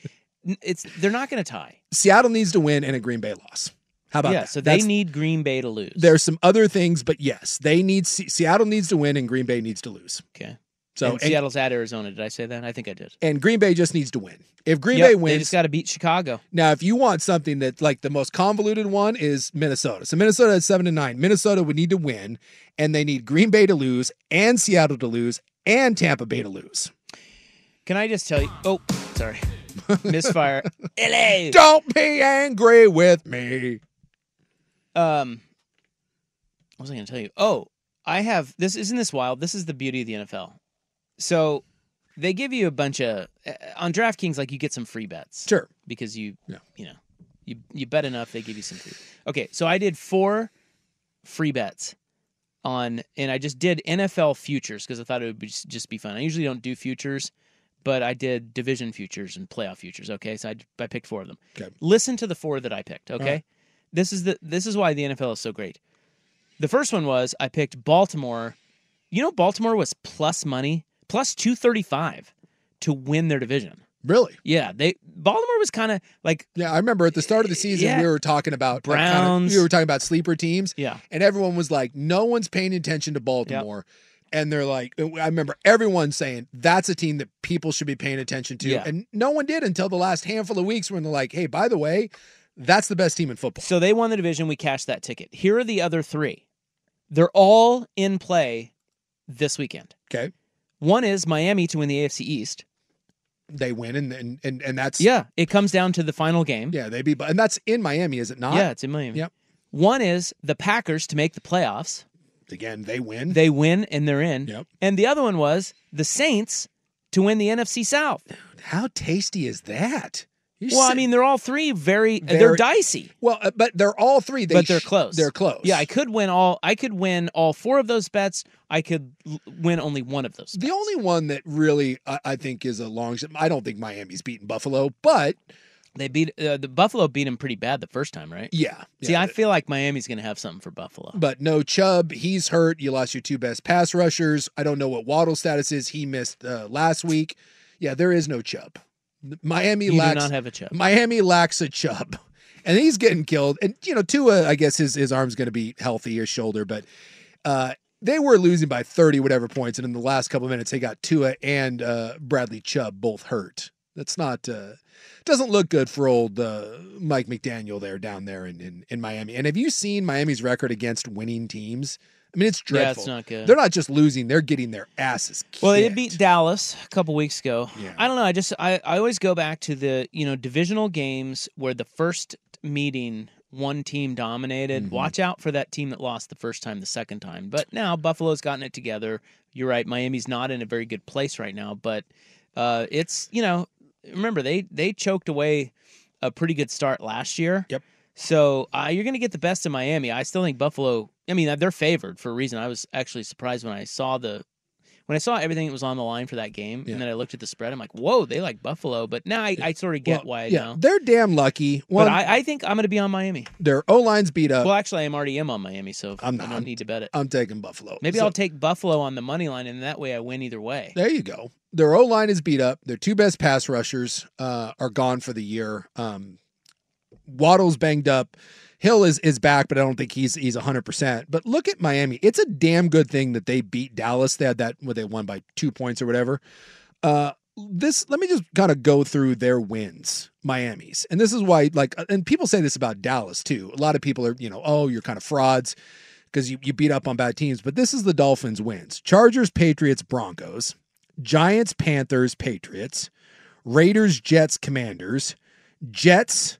Speaker 2: N- it's they're not gonna tie
Speaker 3: Seattle needs to win and a Green Bay loss. How about
Speaker 2: yeah
Speaker 3: that?
Speaker 2: so they
Speaker 3: That's-
Speaker 2: need green bay to lose
Speaker 3: There's some other things, but yes, they need Se- Seattle needs to win and Green Bay needs to lose.
Speaker 2: okay
Speaker 3: So
Speaker 2: And
Speaker 3: and,
Speaker 2: seattle's at arizona did i say that i think i did
Speaker 3: and Green Bay just needs to win. If Green
Speaker 2: Yep,
Speaker 3: Bay
Speaker 2: they
Speaker 3: wins,
Speaker 2: just got to beat chicago
Speaker 3: now if you want something that like the most convoluted one is Minnesota. So Minnesota is seven to nine. Minnesota would need to win, and they need Green Bay to lose and Seattle to lose and Tampa Bay to lose.
Speaker 2: Can I just tell you? Oh, sorry. Misfire. LA.
Speaker 3: Don't be angry with me.
Speaker 2: Um, what was I going to tell you? Oh, I have this. Isn't this wild? This is the beauty of the NFL. So they give you a bunch of uh, on DraftKings, like you get some free bets.
Speaker 3: Sure.
Speaker 2: Because you,
Speaker 3: Yeah.
Speaker 2: you know, you you bet enough, they give you some free. Okay, so I did four free bets. on, and I just did NFL futures because I thought it would be, just be fun. I usually don't do futures, but I did division futures and playoff futures. Okay, so I, I picked four of them.
Speaker 3: Okay.
Speaker 2: Listen to the four that I picked. Okay,
Speaker 3: right.
Speaker 2: this is the this is why the NFL is so great. The first one was I picked Baltimore. You know, Baltimore was plus money plus two thirty five to win their division.
Speaker 3: Really?
Speaker 2: Yeah, they Baltimore was kind of like
Speaker 3: yeah. I remember at the start of the season
Speaker 2: Yeah.
Speaker 3: we were talking about like, kinda-
Speaker 2: Browns.
Speaker 3: we were talking about sleeper teams.
Speaker 2: Yeah.
Speaker 3: and everyone was like, no one's paying attention to Baltimore. And they're like, I remember everyone saying that's a team that people should be paying attention to.
Speaker 2: Yeah.
Speaker 3: And no one did until the last handful of weeks when they're like, hey, by the way, that's the best team in football.
Speaker 2: So they won the division. We cashed that ticket. Here are the other three. They're all in play this weekend.
Speaker 3: Okay.
Speaker 2: One is Miami to win the AFC East.
Speaker 3: They win, and and and, and that's
Speaker 2: Yeah, it comes down to the final game.
Speaker 3: yeah. They beat, and that's in Miami, is it not?
Speaker 2: Yeah, it's in Miami.
Speaker 3: Yep.
Speaker 2: One is the Packers to make the playoffs.
Speaker 3: Again, they win.
Speaker 2: They win and they're in.
Speaker 3: Mm. Yep.
Speaker 2: And the other one was the Saints to win the NFC South.
Speaker 3: How tasty is that? You're
Speaker 2: well, I
Speaker 3: sa-
Speaker 2: mean, they're all three very they're
Speaker 3: Very-
Speaker 2: dicey.
Speaker 3: well, uh, but they're all three. They
Speaker 2: but they're
Speaker 3: sh-
Speaker 2: close.
Speaker 3: They're close.
Speaker 2: Yeah, I could win all. I could win all four of those bets. I could l- win only one of those.
Speaker 3: The only one that really I, I think is a long shot. I don't think Miami's beaten Buffalo, but
Speaker 2: They beat uh, the Buffalo beat them pretty bad the first time, right?
Speaker 3: yeah.
Speaker 2: See,
Speaker 3: yeah,
Speaker 2: I feel like Miami's going to have something for Buffalo.
Speaker 3: but no Chubb. He's hurt. You lost your two best pass rushers. I don't know what Waddle's status is. He missed uh, last week. Yeah, there is no Chubb. Miami
Speaker 2: you
Speaker 3: lacks
Speaker 2: do not have a chip.
Speaker 3: Miami lacks a Chubb. And he's getting killed. And you know, Tua, I guess his his arm's gonna be healthy, his shoulder, but uh they were losing by 30 whatever points, and in the last couple of minutes they got Tua and uh Bradley Chubb both hurt. That's not uh doesn't look good for old uh, Mike McDaniel there down there in, in in Miami. And have you seen Miami's record against winning teams? I mean, it's dreadful.
Speaker 2: Yeah, it's not good.
Speaker 3: They're not just losing; they're getting their asses kicked.
Speaker 2: well, they beat Dallas a couple weeks ago.
Speaker 3: Yeah.
Speaker 2: I don't know. I just I, I always go back to the you know divisional games where the first meeting one team dominated.
Speaker 3: Mhm.
Speaker 2: Watch out for that team that lost the first time, the second time. But now Buffalo's gotten it together. You're right. Miami's not in a very good place right now, but uh, it's you know remember they they choked away a pretty good start last year.
Speaker 3: Yep.
Speaker 2: So uh, you're going to get the best of Miami. I still think Buffalo. I mean, they're favored for a reason. I was actually surprised when I saw the when I saw everything that was on the line for that game,
Speaker 3: Yeah.
Speaker 2: and then I looked at the spread. I'm like, whoa, they like Buffalo. But now I, I sort of get
Speaker 3: Well,
Speaker 2: why
Speaker 3: yeah,
Speaker 2: now.
Speaker 3: they're damn lucky. One,
Speaker 2: but I, I think I'm going to be on Miami.
Speaker 3: their O line's beat up.
Speaker 2: well, actually, I'm already am on Miami, so
Speaker 3: I'm
Speaker 2: I'm
Speaker 3: not-
Speaker 2: I don't need to bet it.
Speaker 3: I'm taking Buffalo.
Speaker 2: Maybe
Speaker 3: So-
Speaker 2: I'll take Buffalo on the money line, and that way I win either way.
Speaker 3: There you go. Their O line is beat up. Their two best pass rushers uh, are gone for the year. Um, Waddle's banged up. Hill is is back, but I don't think he's he's hundred percent. But look at Miami. It's a damn good thing that they beat Dallas. They had that where they won by two points or whatever. Uh, this let me just kind of go through their wins, Miami's, and this is why like uh, and people say this about Dallas too. A lot of people are you know oh you're kind of frauds because you, you beat up on bad teams. But this is the Dolphins wins: Chargers, Patriots, Broncos, Giants, Panthers, Patriots, Raiders, Jets, Commanders, Jets,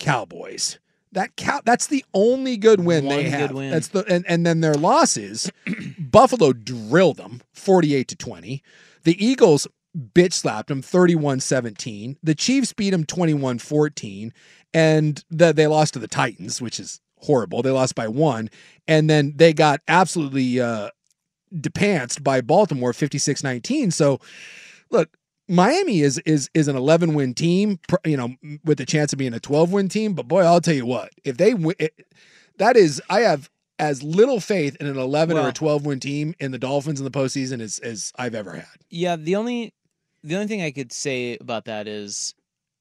Speaker 3: Cowboys. That cow that's the only good win
Speaker 2: One
Speaker 3: they
Speaker 2: good
Speaker 3: have.
Speaker 2: win.
Speaker 3: That's the and, and then their losses. Buffalo drilled them 48 to 20. The Eagles bitch slapped them 31-17. The Chiefs beat them 21-14 and the, they lost to the Titans, which is horrible. They lost by 1 and then they got absolutely uh depanced by Baltimore 56-19. So look, Miami is is is an 11 win team, pr- you know, m- with the chance of being a 12 win team, but boy, I'll tell you what. If they win it, that is I have as little faith in an 11 or a
Speaker 2: Well-
Speaker 3: 12 win team in the Dolphins in the postseason as as I've ever had.
Speaker 2: Yeah, the only the only thing I could say about that is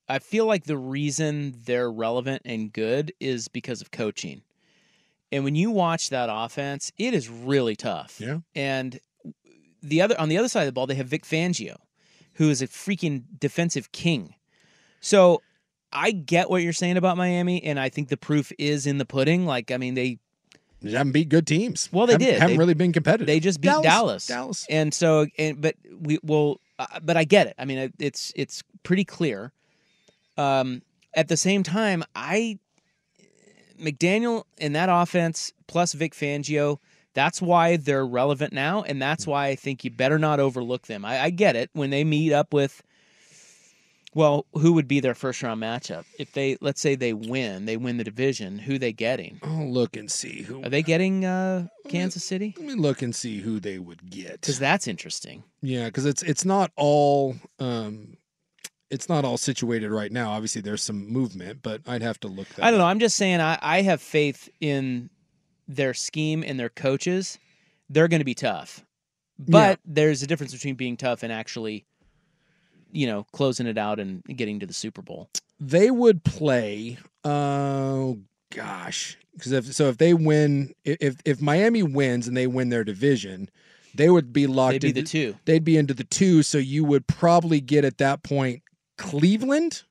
Speaker 2: I feel like the reason they're relevant and good is because of coaching. And when you watch that offense, it is really tough.
Speaker 3: Yeah.
Speaker 2: And the other on the other side of the ball, they have Vic Fangio, who is a freaking defensive king. So I get what you're saying about Miami, and I think the proof is in the pudding. Like, I mean, they
Speaker 3: They haven't beat good teams.
Speaker 2: Well, they
Speaker 3: haven't,
Speaker 2: did.
Speaker 3: Haven't
Speaker 2: They-
Speaker 3: really been competitive.
Speaker 2: they just beat
Speaker 3: Dallas,
Speaker 2: Dallas.
Speaker 3: Dallas.
Speaker 2: And so, and but we will, uh, but I get it. I mean, it- it's it's pretty clear. Um, at the same time, I McDaniel and that offense plus Vic Fangio. That's why they're relevant now, and that's why I think you better not overlook them. I, I get it when they meet up with Well, who would be their first round matchup if they let's say they win, they win the division? Who they getting?
Speaker 3: I'll Oh, look and see who.
Speaker 2: Are they getting uh,
Speaker 3: Mm.
Speaker 2: Kansas City?
Speaker 3: Let me look and see who they would get.
Speaker 2: Because that's interesting.
Speaker 3: Yeah, because it's it's not all um, it's not all situated right now. Obviously, there's some movement, but I'd have to look. That
Speaker 2: I don't know.
Speaker 3: up.
Speaker 2: I'm just saying I, I have faith in their scheme and their coaches. They're going to be tough, but there's a difference between being tough and actually, you know, closing it out and getting to the Super Bowl.
Speaker 3: They would play. Oh gosh, because if so, if they win, i- if if Miami wins and they win their division, they would be
Speaker 2: They'd
Speaker 3: locked.
Speaker 2: be
Speaker 3: into,
Speaker 2: the two.
Speaker 3: They'd be into the two. So you would probably get at that point Cleveland.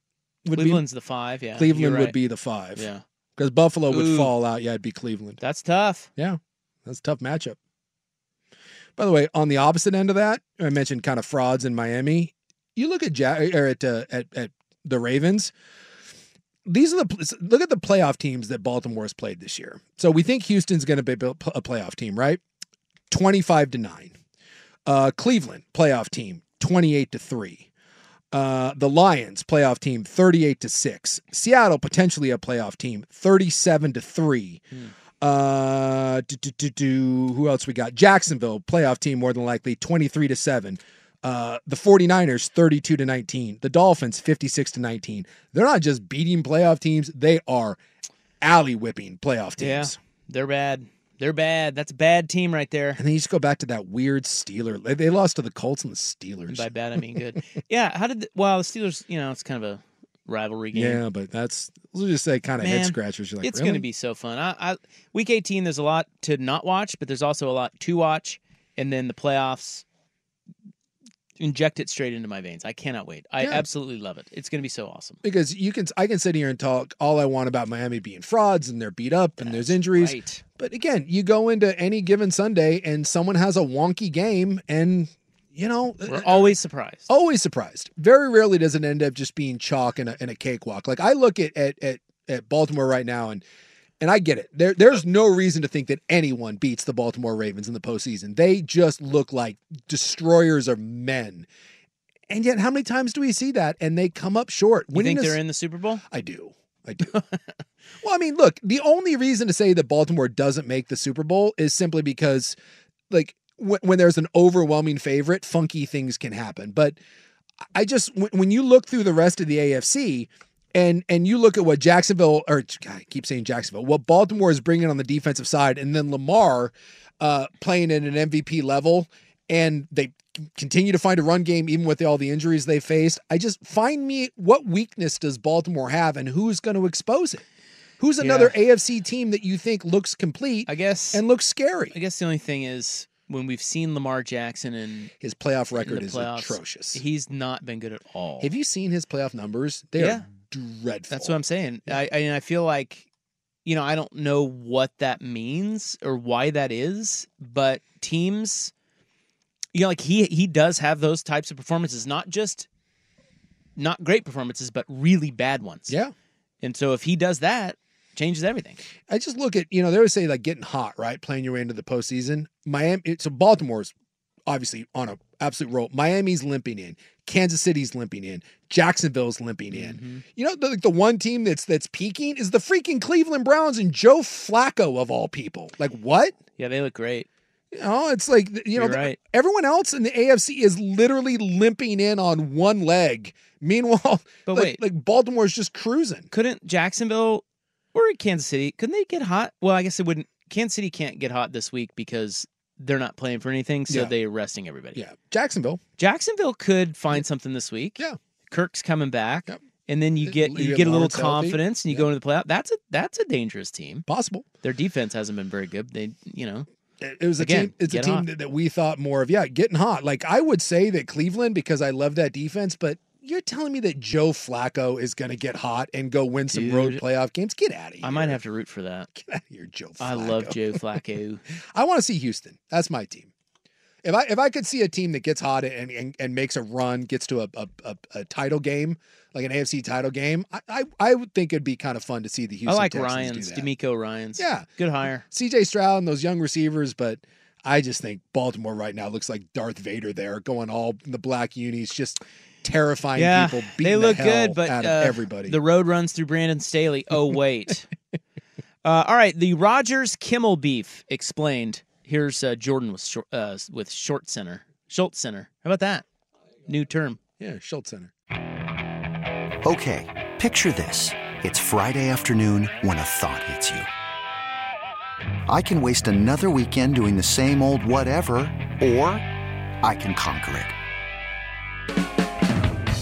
Speaker 3: Would
Speaker 2: Cleveland's
Speaker 3: be,
Speaker 2: the five. Yeah,
Speaker 3: Cleveland
Speaker 2: you're
Speaker 3: would
Speaker 2: right.
Speaker 3: be the five.
Speaker 2: Yeah,
Speaker 3: because Buffalo would
Speaker 2: Ooh.
Speaker 3: fall out. Yeah, it'd be Cleveland.
Speaker 2: that's tough.
Speaker 3: Yeah, that's a tough matchup. By the way, on the opposite end of that, I mentioned kind of frauds in Miami. You look at ja- or at, uh, at at the Ravens. These are the look at the playoff teams that Baltimore has played this year. So we think Houston's going to be built- a playoff team, right? Twenty-five to nine. Uh, Cleveland playoff team twenty-eight to three. Uh, the Lions playoff team 38 to 6. Seattle potentially a playoff team 37 to 3. Uh do, do, do, do, who else we got? Jacksonville playoff team more than likely 23 to 7. Uh the 49ers 32 to 19. The Dolphins 56 to 19. They're not just beating playoff teams, they are alley whipping playoff
Speaker 2: Yeah,
Speaker 3: teams.
Speaker 2: they're bad. They're bad. That's a bad team right there.
Speaker 3: And then you just go back to that weird Steeler. They- They lost to the Colts and the Steelers.
Speaker 2: And by bad, I mean good. yeah. How did? The, well, the Steelers. You know, it's kind of a rivalry game.
Speaker 3: Yeah, but that's we'll just say kind of head
Speaker 2: Man,
Speaker 3: scratchers. You're like,
Speaker 2: it's
Speaker 3: really?
Speaker 2: going to be so fun. I, I week eighteen, there's a lot to not watch, but there's also a lot to watch, and then the playoffs inject it straight into my veins. I cannot wait. I
Speaker 3: Yeah.
Speaker 2: absolutely love it. It's going to be so awesome.
Speaker 3: because you can I can sit here and talk all I want about Miami being frauds and they're beat up and there's injuries.
Speaker 2: Right.
Speaker 3: But again, you go into any given Sunday and someone has a wonky game and you know
Speaker 2: We're always surprised.
Speaker 3: always surprised. Very rarely does it end up just being chalk and a, and a cakewalk. Like I look at, at at at Baltimore right now and and I get it. There there's no reason to think that anyone beats the Baltimore Ravens in the postseason. They just look like destroyers of men. And yet, how many times do we see that? And they come up short.
Speaker 2: You think
Speaker 3: Winning is-
Speaker 2: they're in the Super Bowl?
Speaker 3: I do. I do. well, I mean, look, the only reason to say that Baltimore doesn't make the Super Bowl is simply because, like, when, when there's an overwhelming favorite, funky things can happen. But I just, when, when you look through the rest of the AFC, and and you look at what Jacksonville or God, I keep saying Jacksonville, what Baltimore is bringing on the defensive side, and then Lamar uh, playing at an MVP level, and they c- continue to find a run game even with all the injuries they faced. I just find me what weakness does Baltimore have, and who's going to expose it? Who's another AFC team that you think looks complete?
Speaker 2: I guess.
Speaker 3: and looks scary.
Speaker 2: I guess the only thing is when we've seen Lamar Jackson and
Speaker 3: His playoff record
Speaker 2: the
Speaker 3: is
Speaker 2: playoffs,
Speaker 3: atrocious.
Speaker 2: He's not been good at all.
Speaker 3: Have you seen his playoff numbers? They
Speaker 2: Yeah.
Speaker 3: are dreadful.
Speaker 2: That's what I'm saying. I, I and I feel like, you know, I don't know what that means or why that is, but teams, you know, like he he does have those types of performances, not just not great performances, but really bad ones.
Speaker 3: Yeah.
Speaker 2: And so if he does that, changes everything.
Speaker 3: I just look at you know they always say like getting hot, right? Playing your way into the postseason. Miami, it- so Baltimore's obviously on a absolute roll. Miami's limping in. Kansas City's limping in. Jacksonville's limping in.
Speaker 2: Mm-hmm.
Speaker 3: You know, the, like the one team that's that's peaking is the freaking Cleveland Browns and Joe Flacco of all people. Like what?
Speaker 2: Yeah, they look great.
Speaker 3: You know, it's like you know
Speaker 2: You're
Speaker 3: the-
Speaker 2: right.
Speaker 3: everyone else in the AFC is literally limping in on one leg. Meanwhile,
Speaker 2: But
Speaker 3: like,
Speaker 2: wait.
Speaker 3: like Baltimore's just cruising.
Speaker 2: Couldn't Jacksonville or Kansas City, couldn't they get hot? Well, I guess they wouldn't Kansas City can't get hot this week because they're not playing for anything, so
Speaker 3: Yeah.
Speaker 2: they're resting everybody.
Speaker 3: Yeah, Jacksonville.
Speaker 2: Jacksonville could find something this week.
Speaker 3: Yeah.
Speaker 2: Kirk's coming back, and then you get
Speaker 3: You
Speaker 2: you,
Speaker 3: get
Speaker 2: get, a little
Speaker 3: Lawrence healthy.
Speaker 2: confidence, and you go into the playoff. That's a that's a dangerous team.
Speaker 3: Possible.
Speaker 2: Their defense hasn't been very good. They you know
Speaker 3: it it was a
Speaker 2: Again,
Speaker 3: team. It's a
Speaker 2: get
Speaker 3: team
Speaker 2: hot.
Speaker 3: that, that we thought more of. Yeah, getting hot. Like I would say that Cleveland because I love that defense, but you're telling me that Joe Flacco is going to get hot and go win some road
Speaker 2: Dude.
Speaker 3: playoff games? Get out of here!
Speaker 2: I might have to root for that.
Speaker 3: Get out of here, Joe. Flacco.
Speaker 2: I love Joe Flacco.
Speaker 3: I want to see Houston. That's my team. If I if I could see a team that gets hot and and, and makes a run, gets to a, a a a title game, like an AFC title game, I I, I would think it'd be kind of fun to see the
Speaker 2: I
Speaker 3: Houston.
Speaker 2: like
Speaker 3: Texans do
Speaker 2: Ryan's,
Speaker 3: that.
Speaker 2: D'Amico Ryan's.
Speaker 3: Yeah.
Speaker 2: good hire.
Speaker 3: CJ Stroud and those young receivers, but I just think Baltimore right now looks like Darth Vader there, going all in the black unis, just terrifying
Speaker 2: yeah,
Speaker 3: people. beating
Speaker 2: they
Speaker 3: the
Speaker 2: look
Speaker 3: hell
Speaker 2: good, but
Speaker 3: out
Speaker 2: uh,
Speaker 3: of everybody.
Speaker 2: The road runs through Brandon Staley. Oh wait. uh, all right, the Rogers Kimmel beef explained. Here's uh, Jordan with short, uh, with short center, Schultz center. How about that? New term.
Speaker 3: Yeah, Schultz center.
Speaker 14: Okay, picture this. It's Friday afternoon when a thought hits you. I can waste another weekend doing the same old whatever, or I can conquer it.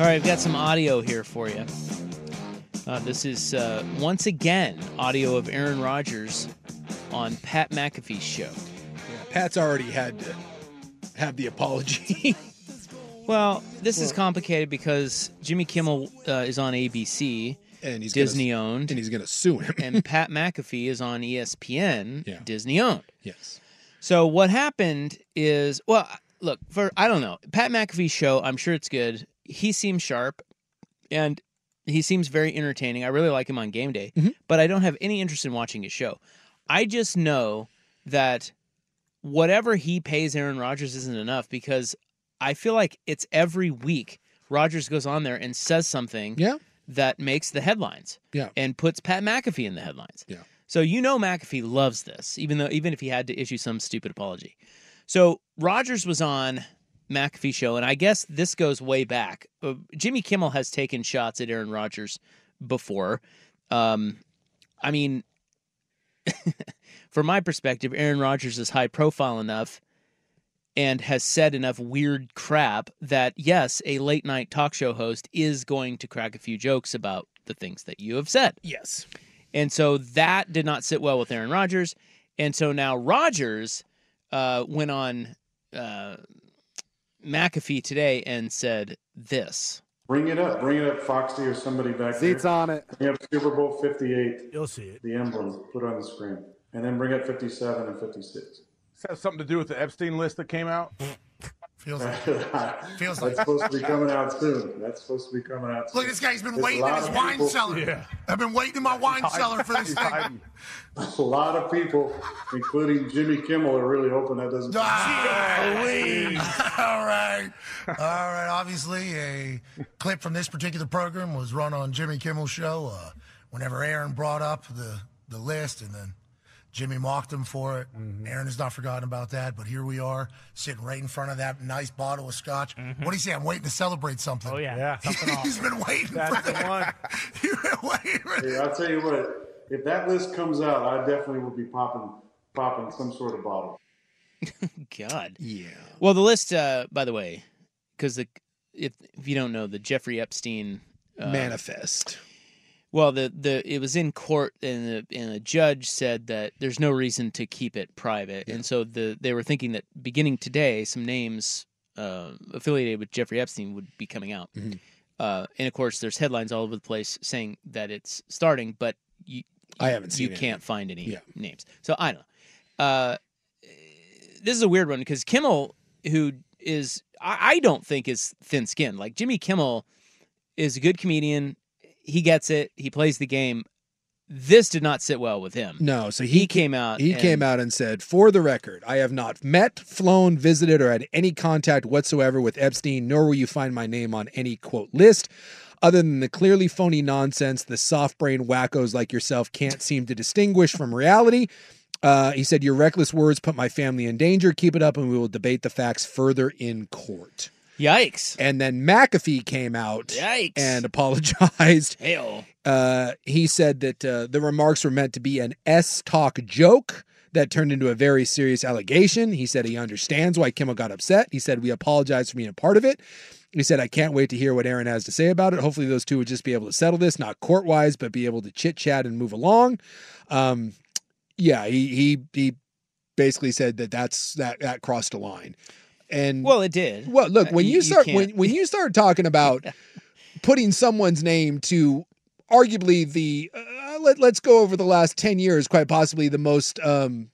Speaker 2: All right, I've got some audio here for you. Uh, this is uh, once again audio of Aaron Rodgers on Pat McAfee's show.
Speaker 3: Yeah, Pat's already had to have the apology.
Speaker 2: Well, this is complicated because Jimmy Kimmel uh, is on ABC,
Speaker 3: and he's gonna-
Speaker 2: Disney owned, and
Speaker 3: he's going to sue him.
Speaker 2: and Pat McAfee is on E ESPN, Disney owned.
Speaker 3: Yes.
Speaker 2: So what happened is, well, look for I don't know Pat McAfee's show. I'm sure it's good. He seems sharp, and he seems very entertaining. I really like him on game day, but I don't have any interest in watching his show. I just know that whatever he pays Aaron Rodgers isn't enough because I feel like it's every week Rodgers goes on there and says something
Speaker 3: Yeah.
Speaker 2: that makes the headlines
Speaker 3: Yeah.
Speaker 2: and puts Pat McAfee in the headlines.
Speaker 3: Yeah.
Speaker 2: So you know McAfee loves this, even though even if he had to issue some stupid apology. So Rogers was on McAfee show, and I guess this goes way back. Uh, Jimmy Kimmel has taken shots at Aaron Rodgers before. Um, I mean, from my perspective, Aaron Rodgers is high profile enough and has said enough weird crap that yes, a late night talk show host is going to crack a few jokes about the things that you have said.
Speaker 3: Yes.
Speaker 2: And so that did not sit well with Aaron Rodgers. And so now Rodgers uh, went on uh, McAfee today and said this.
Speaker 15: Bring it up. Bring it up, Foxy or somebody back there.
Speaker 2: Seats
Speaker 15: on it. Bring up Super Bowl 58.
Speaker 16: You'll see it.
Speaker 15: The emblem. Put it on the screen. And then bring up 57 and 56.
Speaker 16: This has something to do with the Epstein list that came out.
Speaker 15: Feels
Speaker 16: like- feels like-
Speaker 15: That's supposed to be coming out soon. That's supposed to be coming out soon.
Speaker 17: Look, this guy's been
Speaker 15: There's a
Speaker 17: waiting in
Speaker 15: lot
Speaker 17: his
Speaker 15: of
Speaker 17: wine
Speaker 15: people-
Speaker 17: cellar. I've been waiting in my wine cellar for this thing.
Speaker 15: A lot of people, including Jimmy Kimmel, are really hoping that doesn't
Speaker 17: All right. All right. Obviously, a clip from this particular program was run on Jimmy Kimmel's show uh, whenever Aaron brought up the, the list and then Jimmy mocked him for it. Aaron has not forgotten about that, but here we are sitting right in front of that nice bottle of scotch. What do you say? I'm waiting to celebrate something. Mm-hmm. Oh, yeah. yeah He's been waiting for that.
Speaker 15: Yeah, I'll tell you what. If that list comes out, I definitely will be popping, popping some sort of bottle.
Speaker 2: God. Yeah. Well, the list, uh, by the way, because the if if you don't know the Jeffrey Epstein uh,
Speaker 3: Manifest.
Speaker 2: Well, the, the it was in court, and the, and a judge said that there's no reason to keep it private, and so the they were thinking that beginning today, some names uh, affiliated with Jeffrey Epstein would be coming out,
Speaker 3: Mhm.
Speaker 2: uh, and of course, there's headlines all over the place saying that it's starting, but you
Speaker 3: I haven't seen
Speaker 2: you
Speaker 3: any.
Speaker 2: can't find any
Speaker 3: Yeah.
Speaker 2: names, so I don't know. Uh, this is a weird one because Kimmel, who is I, I don't think is thin skinned. Like Jimmy Kimmel is a good comedian. He gets it. He plays the game. This did not sit well with him.
Speaker 3: No, so
Speaker 2: he,
Speaker 3: he
Speaker 2: came out.
Speaker 3: He
Speaker 2: Uh, and-
Speaker 3: came out and said, For the record, I have not met, flown, visited, or had any contact whatsoever with Epstein, nor will you find my name on any quote list. Other than the clearly phony nonsense the soft brain wackos like yourself can't seem to distinguish from reality. Uh, he said, Your reckless words put my family in danger. Keep it up, and we will debate the facts further in court.
Speaker 2: Yikes.
Speaker 3: And then McAfee came out
Speaker 2: Yikes.
Speaker 3: and apologized.
Speaker 2: Hell.
Speaker 3: Uh, he said that uh, the remarks were meant to be an S talk joke that turned into a very serious allegation. He said he understands why Kimmel got upset. He said, We apologize for being a part of it. He said, I can't wait to hear what Aaron has to say about it. Hopefully, those two would just be able to settle this, not court wise, but be able to chit chat and move along. Um, yeah, he, he, he basically said that that's that, that crossed a line. And
Speaker 2: Well, it did.
Speaker 3: well, look
Speaker 2: Uh,
Speaker 3: when
Speaker 2: you-
Speaker 3: you,
Speaker 2: you
Speaker 3: start when,
Speaker 2: can't-
Speaker 3: when you start talking about putting someone's name to arguably the uh, let let's go over the last ten years, quite possibly the most um,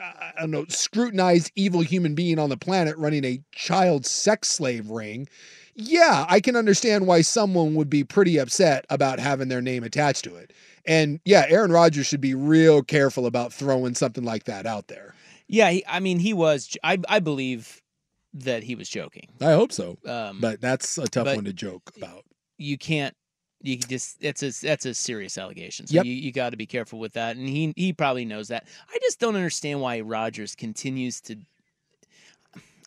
Speaker 3: I I don't know scrutinized evil human being on the planet, running a child sex slave ring. Yeah, I can understand why someone would be pretty upset about having their name attached to it. And yeah, Aaron Rodgers should be real careful about throwing something like that out there.
Speaker 2: Yeah, he, I mean, he was. j- I I believe that he was joking.
Speaker 3: I hope so.
Speaker 2: Um,
Speaker 3: but that's a tough
Speaker 2: but-
Speaker 3: one to joke about.
Speaker 2: You can't. You can just that's a that's a serious allegation. So
Speaker 3: Yep.
Speaker 2: you, you got to be careful with that, and he he probably knows that. I just don't understand why Rogers continues to.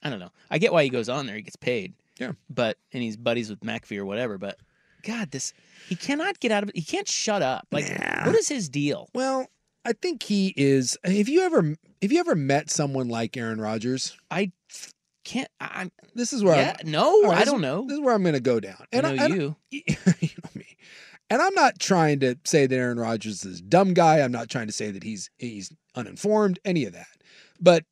Speaker 2: I don't know. I get why he goes on there. He gets paid.
Speaker 3: Yeah.
Speaker 2: But and he's buddies with McAfee or whatever. But God, this he cannot get out of. it. He can't shut up. Like what is his deal?
Speaker 3: Well, I think he is. Have you ever have you ever met someone like Aaron Rodgers?
Speaker 2: I can't. I, I'm.
Speaker 3: This is where
Speaker 2: Yeah,
Speaker 3: I'm,
Speaker 2: no,
Speaker 3: all right,
Speaker 2: I
Speaker 3: this
Speaker 2: don't
Speaker 3: is-
Speaker 2: know.
Speaker 3: This is where I'm going to go down.
Speaker 2: I know
Speaker 3: I,
Speaker 2: you.
Speaker 3: And I'm not trying to say that Aaron Rodgers is a dumb guy. I'm not trying to say that he's he's uninformed, any of that. But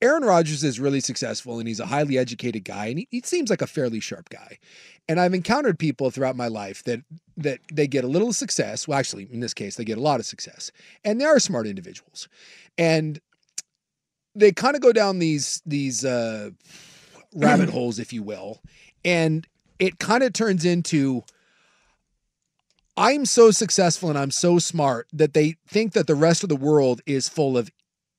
Speaker 3: Aaron Rodgers is really successful and he's a highly educated guy and he, he seems like a fairly sharp guy. And I've encountered people throughout my life that that they get a little success. Well, actually, in this case, they get a lot of success. And they are smart individuals. And they kind of go down these these uh rabbit holes, if you will. And it kind of turns into I'm so successful and I'm so smart that they think that the rest of the world is full of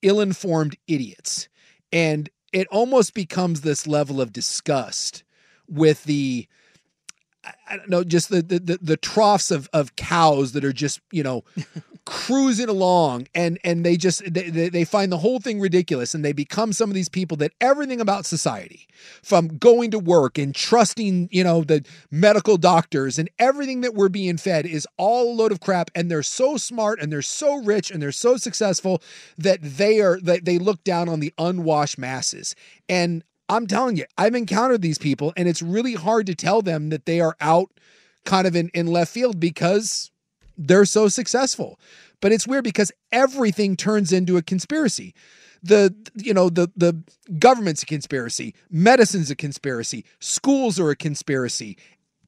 Speaker 3: ill informed idiots. And it almost becomes this level of disgust with the, I- I don't know, just the, the, the, the troughs of, of cows that are just, you know, cruising along and and they just they, they they find the whole thing ridiculous and they become some of these people that everything about society from going to work and trusting you know the medical doctors and everything that we're being fed is all a load of crap and they're so smart and they're so rich and they're so successful that they are that they look down on the unwashed masses and I'm telling you I've encountered these people and it's really hard to tell them that they are out kind of in in left field because they're so successful. But it's weird because everything turns into a conspiracy. The you know the the government's a conspiracy, medicine's a conspiracy, schools are a conspiracy.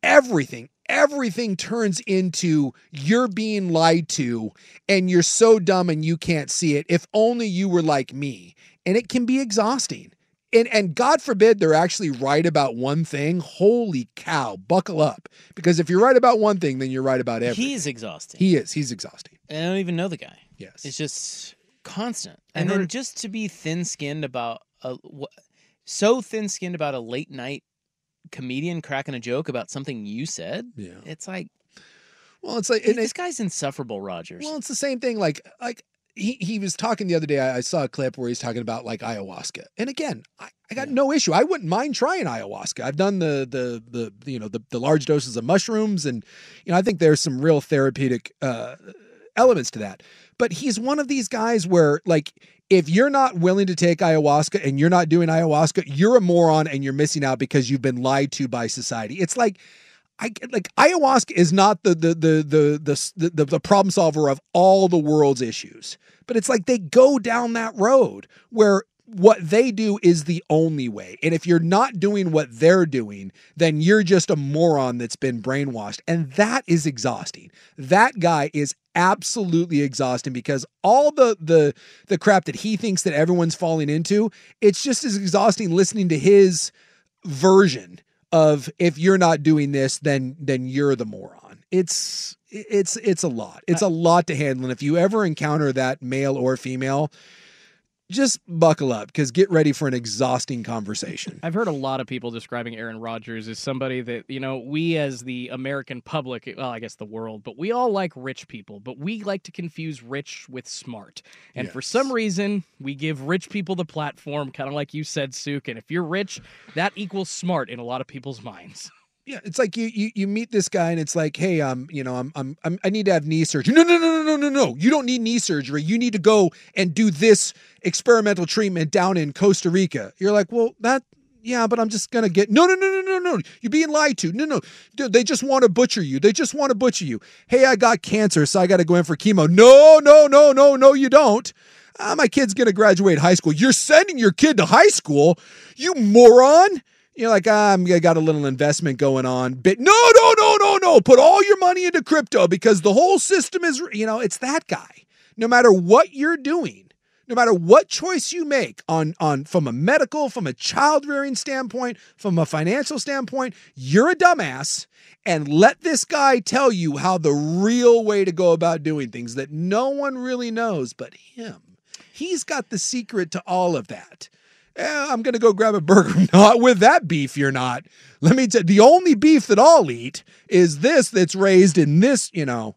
Speaker 3: Everything everything turns into you're being lied to and you're so dumb and you can't see it. If only you were like me. And it can be exhausting. And and God forbid they're actually right about one thing. Holy cow, buckle up. Because if you're right about one thing, then you're right about everything.
Speaker 2: He's exhausting.
Speaker 3: He is. He's exhausting.
Speaker 2: And I don't even know the guy.
Speaker 3: Yes.
Speaker 2: It's just constant. And then just to be thin skinned about a, wha- so thin skinned about a late night comedian cracking a joke about something you said.
Speaker 3: Yeah.
Speaker 2: It's like,
Speaker 3: Well, it's like
Speaker 2: hey,
Speaker 3: and
Speaker 2: this
Speaker 3: it,
Speaker 2: guy's insufferable, Rogers.
Speaker 3: well, it's the same thing. Like like he he was talking the other day. I, I saw a clip where he's talking about like ayahuasca. And again, I, I got no issue. I wouldn't mind trying ayahuasca. I've done the the the you know the the large doses of mushrooms, and you know I think there's some real therapeutic uh, elements to that. But he's one of these guys where like. If you're not willing to take ayahuasca and you're not doing ayahuasca, you're a moron and you're missing out because you've been lied to by society. It's like I like ayahuasca is not the the the the the the, the, the problem solver of all the world's issues, but it's like they go down that road where what they do is the only way. And if you're not doing what they're doing, then you're just a moron that's been brainwashed. And that is exhausting. That guy is absolutely exhausting because all the the the crap that he thinks that everyone's falling into, it's just as exhausting listening to his version of if you're not doing this, then then you're the moron. It's it's it's a lot. It's a lot to handle. And if you ever encounter that male or female, just buckle up because get ready for an exhausting conversation.
Speaker 10: I've heard a lot of people describing Aaron Rodgers as somebody that, you know, we as the American public, well, I guess the world, but we all like rich people, but we like to confuse rich with smart. And for some reason, we give rich people the platform, kind of like you said, Suk. And if you're rich, that equals smart in a lot of people's minds.
Speaker 3: Yeah, it's like you you you meet this guy and it's like, hey, um, you know, I'm I'm, I'm I need to have knee surgery. No, no, no, no, no, no, no. You don't need knee surgery. You need to go and do this experimental treatment down in Costa Rica. You're like, well, that yeah, but I'm just gonna get no, no, no, no, no, no. You're being lied to. No, no, Dude, they just want to butcher you. They just want to butcher you. Hey, I got cancer, so I got to go in for chemo. No, no, no, no, no, you don't. Ah, my kid's gonna graduate high school. You're sending your kid to high school, you moron you know, like ah, I'm I got a little investment going on. But no, no, no, no, no. Put all your money into crypto because the whole system is, you know, it's that guy. No matter what you're doing, no matter what choice you make on on from a medical, from a child rearing standpoint, from a financial standpoint, you're a dumbass. And let this guy tell you how the real way to go about doing things that no one really knows but him. He's got the secret to all of that. Eh, I'm going to go grab a burger. Not with that beef, you're not. Let me tell the only beef that I'll eat is this that's raised in this, you know.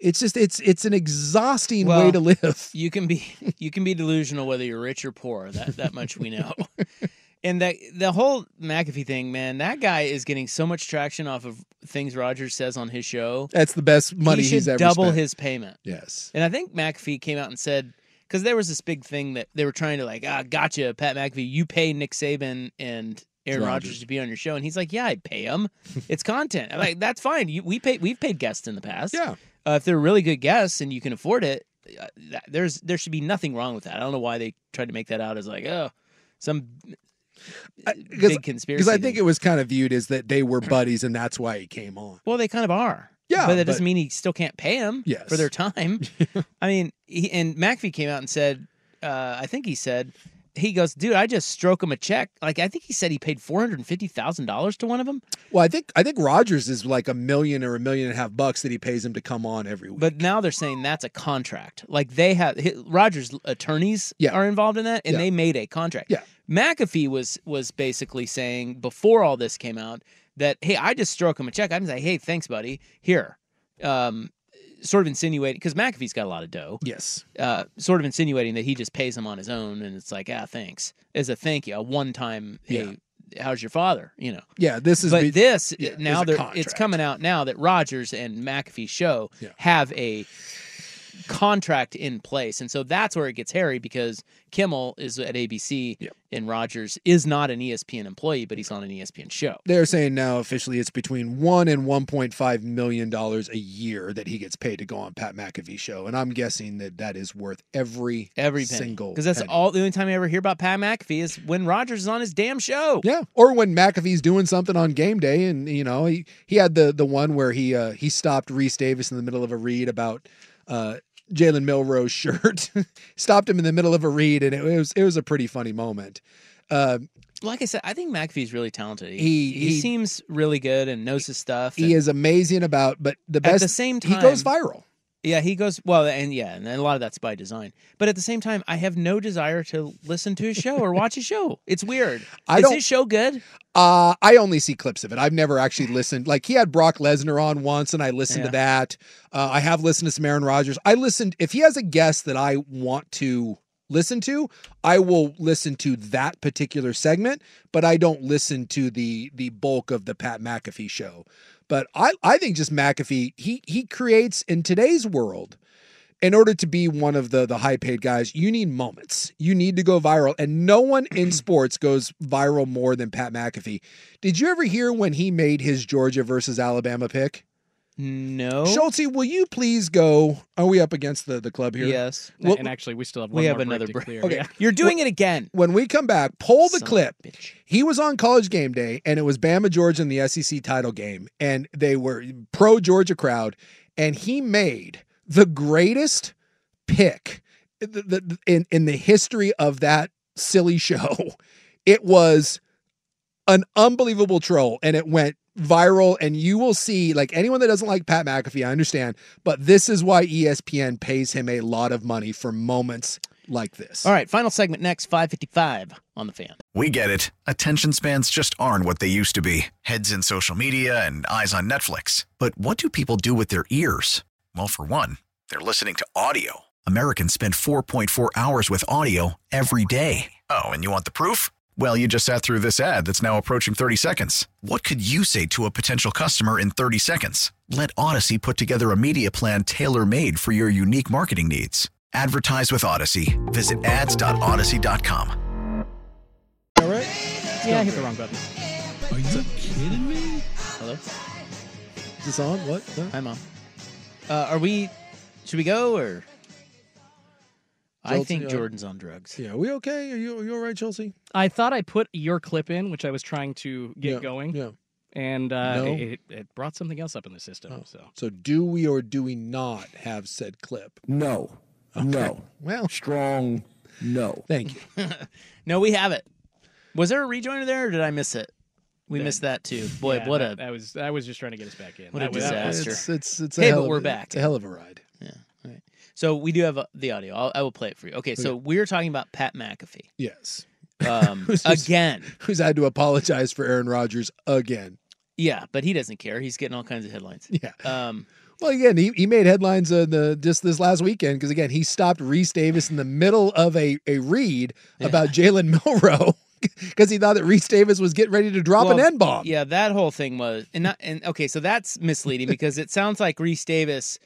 Speaker 3: It's just it's it's an exhausting way
Speaker 2: Well,
Speaker 3: to live.
Speaker 2: You can be you can be delusional whether you're rich or poor. That that much we know. and that the whole McAfee thing, man, that guy is getting so much traction off of things Rogers says on his show.
Speaker 3: That's the best money
Speaker 2: he should
Speaker 3: he's ever
Speaker 2: double
Speaker 3: spent.
Speaker 2: his payment.
Speaker 3: Yes.
Speaker 2: And I think McAfee came out and said because there was this big thing that they were trying to like, ah, gotcha, Pat McAfee, you pay Nick Saban and Aaron
Speaker 3: Rodgers.
Speaker 2: Rodgers to be on your show, and he's like, yeah, I pay him. It's content. I'm like that's fine. You, we pay we've paid guests in the past. Yeah. Uh, if they're really good guests and you can afford it, uh, that, there's there should be nothing wrong with that. I don't know why they tried to make that out as like, oh, some big conspiracy.
Speaker 3: Because I
Speaker 2: thing.
Speaker 3: think it was kind of viewed as that they were buddies and that's why he came on.
Speaker 2: Well, they kind of are.
Speaker 3: Yeah,
Speaker 2: but that doesn't
Speaker 3: but-
Speaker 2: mean he still can't pay them
Speaker 3: Yes.
Speaker 2: for their time. I mean, he, and McAfee came out and said, uh, I think he said, he goes, dude, I just stroke him a check. Like I think he said he paid four hundred and fifty thousand dollars to one of them.
Speaker 3: Well, I think I think Rogers is like a million or a million and a half bucks that he pays him to come on every week.
Speaker 2: But now they're saying that's a contract. Like they have hi- Rogers' attorneys are involved in that, and
Speaker 3: Yeah.
Speaker 2: they made a contract.
Speaker 3: Yeah.
Speaker 2: McAfee was was basically saying before all this came out that hey, I just stroke him a check. I'm like, hey, thanks, buddy. Here, um, sort of insinuating because McAfee's got a lot of dough.
Speaker 3: Yes.
Speaker 2: Uh, sort of insinuating that he just pays him on his own, and it's like ah, thanks as a thank you, a one time hey, how's your father? You know.
Speaker 3: Yeah, this is
Speaker 2: But
Speaker 3: be-
Speaker 2: this uh,
Speaker 3: yeah,
Speaker 2: now
Speaker 3: there's a
Speaker 2: they're- it's coming out now that Rogers and McAfee show have a contract in place, and so that's where it gets hairy because Kimmel is at ABC and Rogers is not an E ESPN employee, but he's on an E ESPN show.
Speaker 3: They're saying now officially it's between one and one point five million dollars a year that he gets paid to go on Pat McAfee show, and I'm guessing that that is worth every
Speaker 2: Every penny.
Speaker 3: single
Speaker 2: because that's
Speaker 3: penny.
Speaker 2: all the only time I ever hear about Pat McAfee is when Rogers is on his damn show.
Speaker 3: Yeah, or when McAfee's doing something on game day, and you know he he had the the one where he uh, he stopped Reese Davis in the middle of a read about uh, Jalen Milrose's shirt, stopped him in the middle of a read, and it, was it was a pretty funny moment. Uh,
Speaker 2: Like I said, I think McAfee's really talented.
Speaker 3: He- he-
Speaker 2: seems really good and knows his stuff.
Speaker 3: he is amazing about, but the best
Speaker 2: at the same time
Speaker 3: he goes viral.
Speaker 2: Yeah, he goes well, and yeah, and a lot of that's by design. But at the same time, I have no desire to listen to his show or watch his show. It's weird.
Speaker 3: I
Speaker 2: is
Speaker 3: don't-
Speaker 2: his show good?
Speaker 3: Uh, I only see clips of it. I've never actually listened. Like he had Brock Lesnar on once, and I listened to that. Uh, I have listened to some Aaron Rodgers. I listened if he has a guest that I want to listen to, I will listen to that particular segment, but I don't listen to the the bulk of the Pat McAfee show. But I I think just McAfee he he creates in today's world in order to be one of the the high paid guys, you need moments. You need to go viral, and no one in sports goes viral more than Pat McAfee. Did you ever hear when he made his Georgia versus Alabama pick?
Speaker 2: No.
Speaker 3: Schultze, will you please go? Are we up against the, the club here?
Speaker 2: Yes.
Speaker 3: Well-
Speaker 10: and actually, we still have one
Speaker 2: We
Speaker 10: more
Speaker 2: have another
Speaker 10: break to
Speaker 2: break.
Speaker 10: clear.
Speaker 2: Okay.
Speaker 10: Yeah.
Speaker 2: You're doing
Speaker 3: Well-
Speaker 2: it again.
Speaker 3: When we come back, pull the
Speaker 2: Son of a
Speaker 3: clip.
Speaker 2: bitch.
Speaker 3: He was on College Game Day, and it was Bama Georgia in the SEC title game, and they were pro Georgia crowd, and he made the greatest pick th- th- th- in in the history of that silly show. It was an unbelievable troll, and it went viral. And you will see, like anyone that doesn't like Pat McAfee, I understand, but this is why E ESPN pays him a lot of money for moments like this.
Speaker 2: All right, final segment next, 555 on the fan.
Speaker 18: We get it. Attention spans just aren't what they used to be heads in social media and eyes on Netflix. But what do people do with their ears? Well, for one, they're listening to audio. Americans spend 4.4 hours with audio every day. Oh, and you want the proof? Well, you just sat through this ad that's now approaching 30 seconds. What could you say to a potential customer in 30 seconds? Let Odyssey put together a media plan tailor made for your unique marketing needs. Advertise with Odyssey. Visit ads.odyssey.com.
Speaker 3: All right.
Speaker 10: Yeah, I hit the wrong button.
Speaker 2: Are you kidding me? Hello?
Speaker 3: Is this on? What? No?
Speaker 2: Hi, Mom. Uh, are we, should we go or? I
Speaker 3: Jolts-
Speaker 2: think
Speaker 3: uh,
Speaker 2: Jordan's on drugs.
Speaker 3: Yeah, are we okay? Are you are you all right, Chelsea?
Speaker 10: I thought I put your clip in, which I was trying to get going.
Speaker 3: Yeah.
Speaker 10: And uh,
Speaker 3: No. Oh.
Speaker 10: it, it brought something else up in the system. So
Speaker 3: So do we or do we not have said clip?
Speaker 4: No. No.
Speaker 3: Well,
Speaker 4: strong no.
Speaker 3: Thank you.
Speaker 2: No, we have it. Was there a rejoiner there or did I miss it? We
Speaker 10: That-
Speaker 2: missed that too. Boy,
Speaker 10: yeah,
Speaker 2: what
Speaker 10: that,
Speaker 2: a
Speaker 10: that was I was just trying to get us back in.
Speaker 2: what a
Speaker 10: That was- that was-
Speaker 2: disaster.
Speaker 3: It's it's, it's a
Speaker 2: hey,
Speaker 3: hell
Speaker 2: but
Speaker 3: of
Speaker 2: we're
Speaker 3: a-
Speaker 2: back.
Speaker 3: It's a hell of a ride.
Speaker 2: Yeah. All right. So we do have uh, the audio. I'll, I will play it for you. Okay. So we're talking about Pat McAfee
Speaker 3: Yes.
Speaker 2: um,
Speaker 3: Who's just-
Speaker 2: again.
Speaker 3: Who's had to apologize for Aaron Rodgers again?
Speaker 2: Yeah, but he doesn't care. He's getting all kinds of headlines.
Speaker 3: Yeah.
Speaker 2: Um,
Speaker 3: Well, again, he, he made headlines uh, the just this last weekend because again he stopped Reese Davis in the middle of a a read about Jalen Milroe because he thought that Reese Davis was getting ready to drop an
Speaker 2: well,
Speaker 3: N bomb.
Speaker 2: Yeah, that whole thing was, and not, and okay, so that's misleading because it sounds like Reese Davis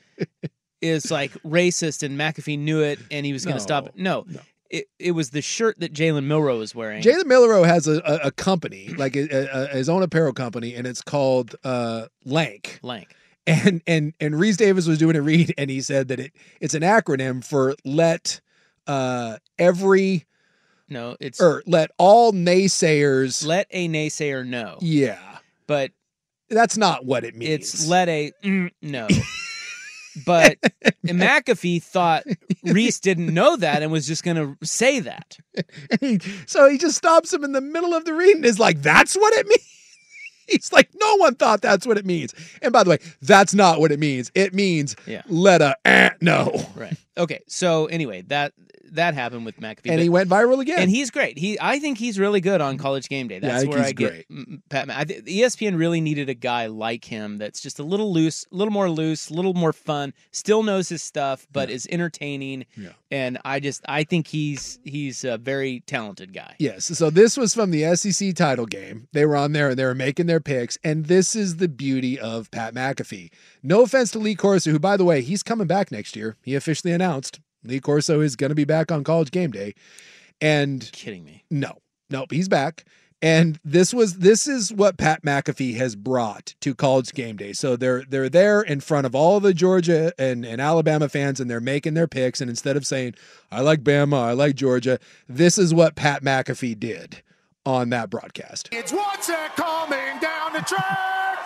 Speaker 2: is like racist, and McAfee knew it, and he was going to stop it. No, it it was the shirt that Jalen Milrow was wearing.
Speaker 3: Jalen Milroe has a, a, a company, like a, a, a- his own apparel company, and it's called uh, Lank.
Speaker 2: Lank.
Speaker 3: And and and Reese Davis was doing a read, and he said that it it's an acronym for let uh, every
Speaker 2: no, it's
Speaker 3: or let all naysayers.
Speaker 2: let a naysayer know.
Speaker 3: yeah,
Speaker 2: but
Speaker 3: that's not what it means.
Speaker 2: It's let a mm, no. but McAfee thought Reese didn't know that and was just going to say that.
Speaker 3: so he just stops him in the middle of the read and is like, "That's what it means." He's like, "No one thought that's what it means." And by the way, that's not what it means. It means
Speaker 2: Yeah.
Speaker 3: let a eh, no.
Speaker 2: Right. Okay. So anyway, that that happened with McAfee,
Speaker 3: And he
Speaker 2: but-
Speaker 3: went viral again.
Speaker 2: and he's great. He, I think he's really good on College Game Day.
Speaker 3: Yeah, I
Speaker 2: That's
Speaker 3: think
Speaker 2: where
Speaker 3: he's
Speaker 2: I get
Speaker 3: great.
Speaker 2: mm, Pat. Ma- I th- ESPN really needed a guy like him that's just a little loose, a little more loose, a little more fun. Still knows his stuff, but is entertaining.
Speaker 3: Yeah.
Speaker 2: And I just, I think he's he's a very talented guy.
Speaker 3: Yes. So this was from the SEC title game. They were on there and they were making their picks. And this is the beauty of Pat McAfee. No offense to Lee Corso, who, by the way, he's coming back next year. He officially announced Lee Corso is going to be back on college game day. And
Speaker 2: kidding me.
Speaker 3: No, nope. He's back. And this was this is what Pat McAfee has brought to college game day. So they're they're there in front of all the Georgia and, and Alabama fans and they're making their picks. And instead of saying, I like Bama, I like Georgia, this is what Pat McAfee did on that broadcast.
Speaker 9: It's Watson coming down the track.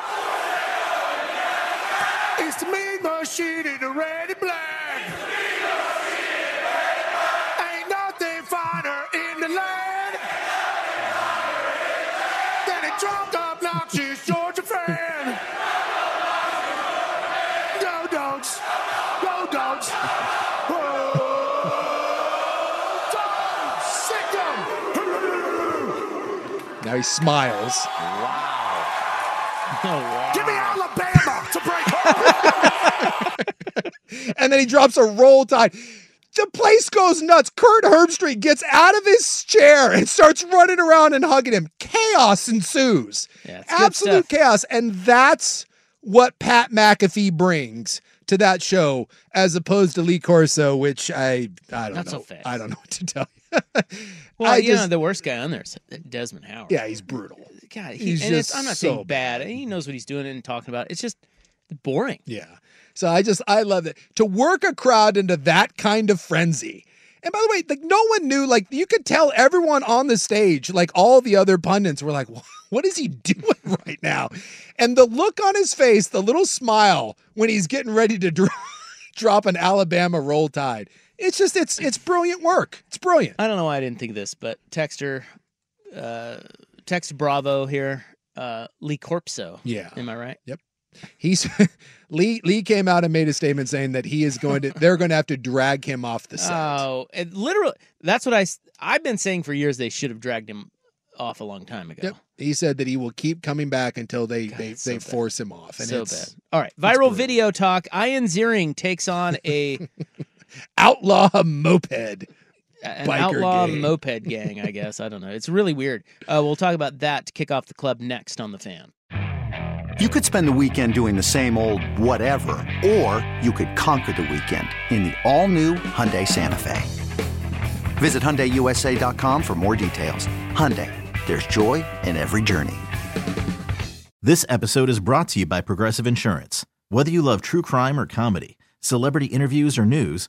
Speaker 9: It's the mean machine in the red and black. Ain't nothing finer in the land than a drunk, obnoxious Georgia fan. Go dogs, go dogs. Oh, dogs. Sick 'em.
Speaker 3: Now he smiles.
Speaker 9: Give me Alabama to break home.
Speaker 3: and then he drops a roll tide. The place goes nuts. Kurt Herbstreit gets out of his chair and starts running around and hugging him. Chaos ensues.
Speaker 2: Yeah, it's good
Speaker 3: Absolute
Speaker 2: stuff.
Speaker 3: chaos. And that's what Pat McAfee brings to that show as opposed to Lee Corso, which I I don't
Speaker 2: Not
Speaker 3: know.
Speaker 2: so fast.
Speaker 3: I don't know what to tell you.
Speaker 2: Well,
Speaker 3: I
Speaker 2: you know
Speaker 3: just-
Speaker 2: the worst guy on there is Desmond Howard.
Speaker 3: Yeah, he's brutal.
Speaker 2: God, he,
Speaker 3: He's
Speaker 2: and it's,
Speaker 3: just
Speaker 2: I'm not
Speaker 3: so
Speaker 2: saying bad. He knows what he's doing and talking about. It's just boring.
Speaker 3: Yeah. So I just I love it. To work a crowd into that kind of frenzy. And by the way, like no one knew, like you could tell everyone on the stage, like all the other pundits were like, what is he doing right now? And the look on his face, the little smile when he's getting ready to dro- drop an Alabama roll tide. It's just it's it's brilliant work. It's brilliant.
Speaker 2: I don't know why I didn't think of this, but Texter, uh, Text Bravo here, uh, Lee Corpso.
Speaker 3: Yeah.
Speaker 2: Am I right?
Speaker 3: Yep. He's Lee Lee came out and made a statement saying that he is going to they're going to have to drag him off the set.
Speaker 2: Oh, it literally. That's what I. s- I've been saying for years. They should have dragged him off a long time ago.
Speaker 3: Yep. He said that he will keep coming back until they they,
Speaker 2: it's so
Speaker 3: they
Speaker 2: bad.
Speaker 3: force him off. And
Speaker 2: so bad.
Speaker 3: it's
Speaker 2: All right. Viral video talk. Ian Ziering takes on a
Speaker 3: outlaw moped.
Speaker 2: an
Speaker 3: biker
Speaker 2: outlaw
Speaker 3: gang.
Speaker 2: moped gang. I guess I don't know. It's really weird. Uh, we'll talk about that to kick off the club next on the fan.
Speaker 19: You could spend the weekend doing the same old whatever, or you could conquer the weekend in the all-new Hyundai Santa Fe. Visit HyundaiUSA.com for more details. Hyundai, there's joy in every journey.
Speaker 14: This episode is brought to you by Progressive Insurance. Whether you love true crime or comedy, celebrity interviews or news,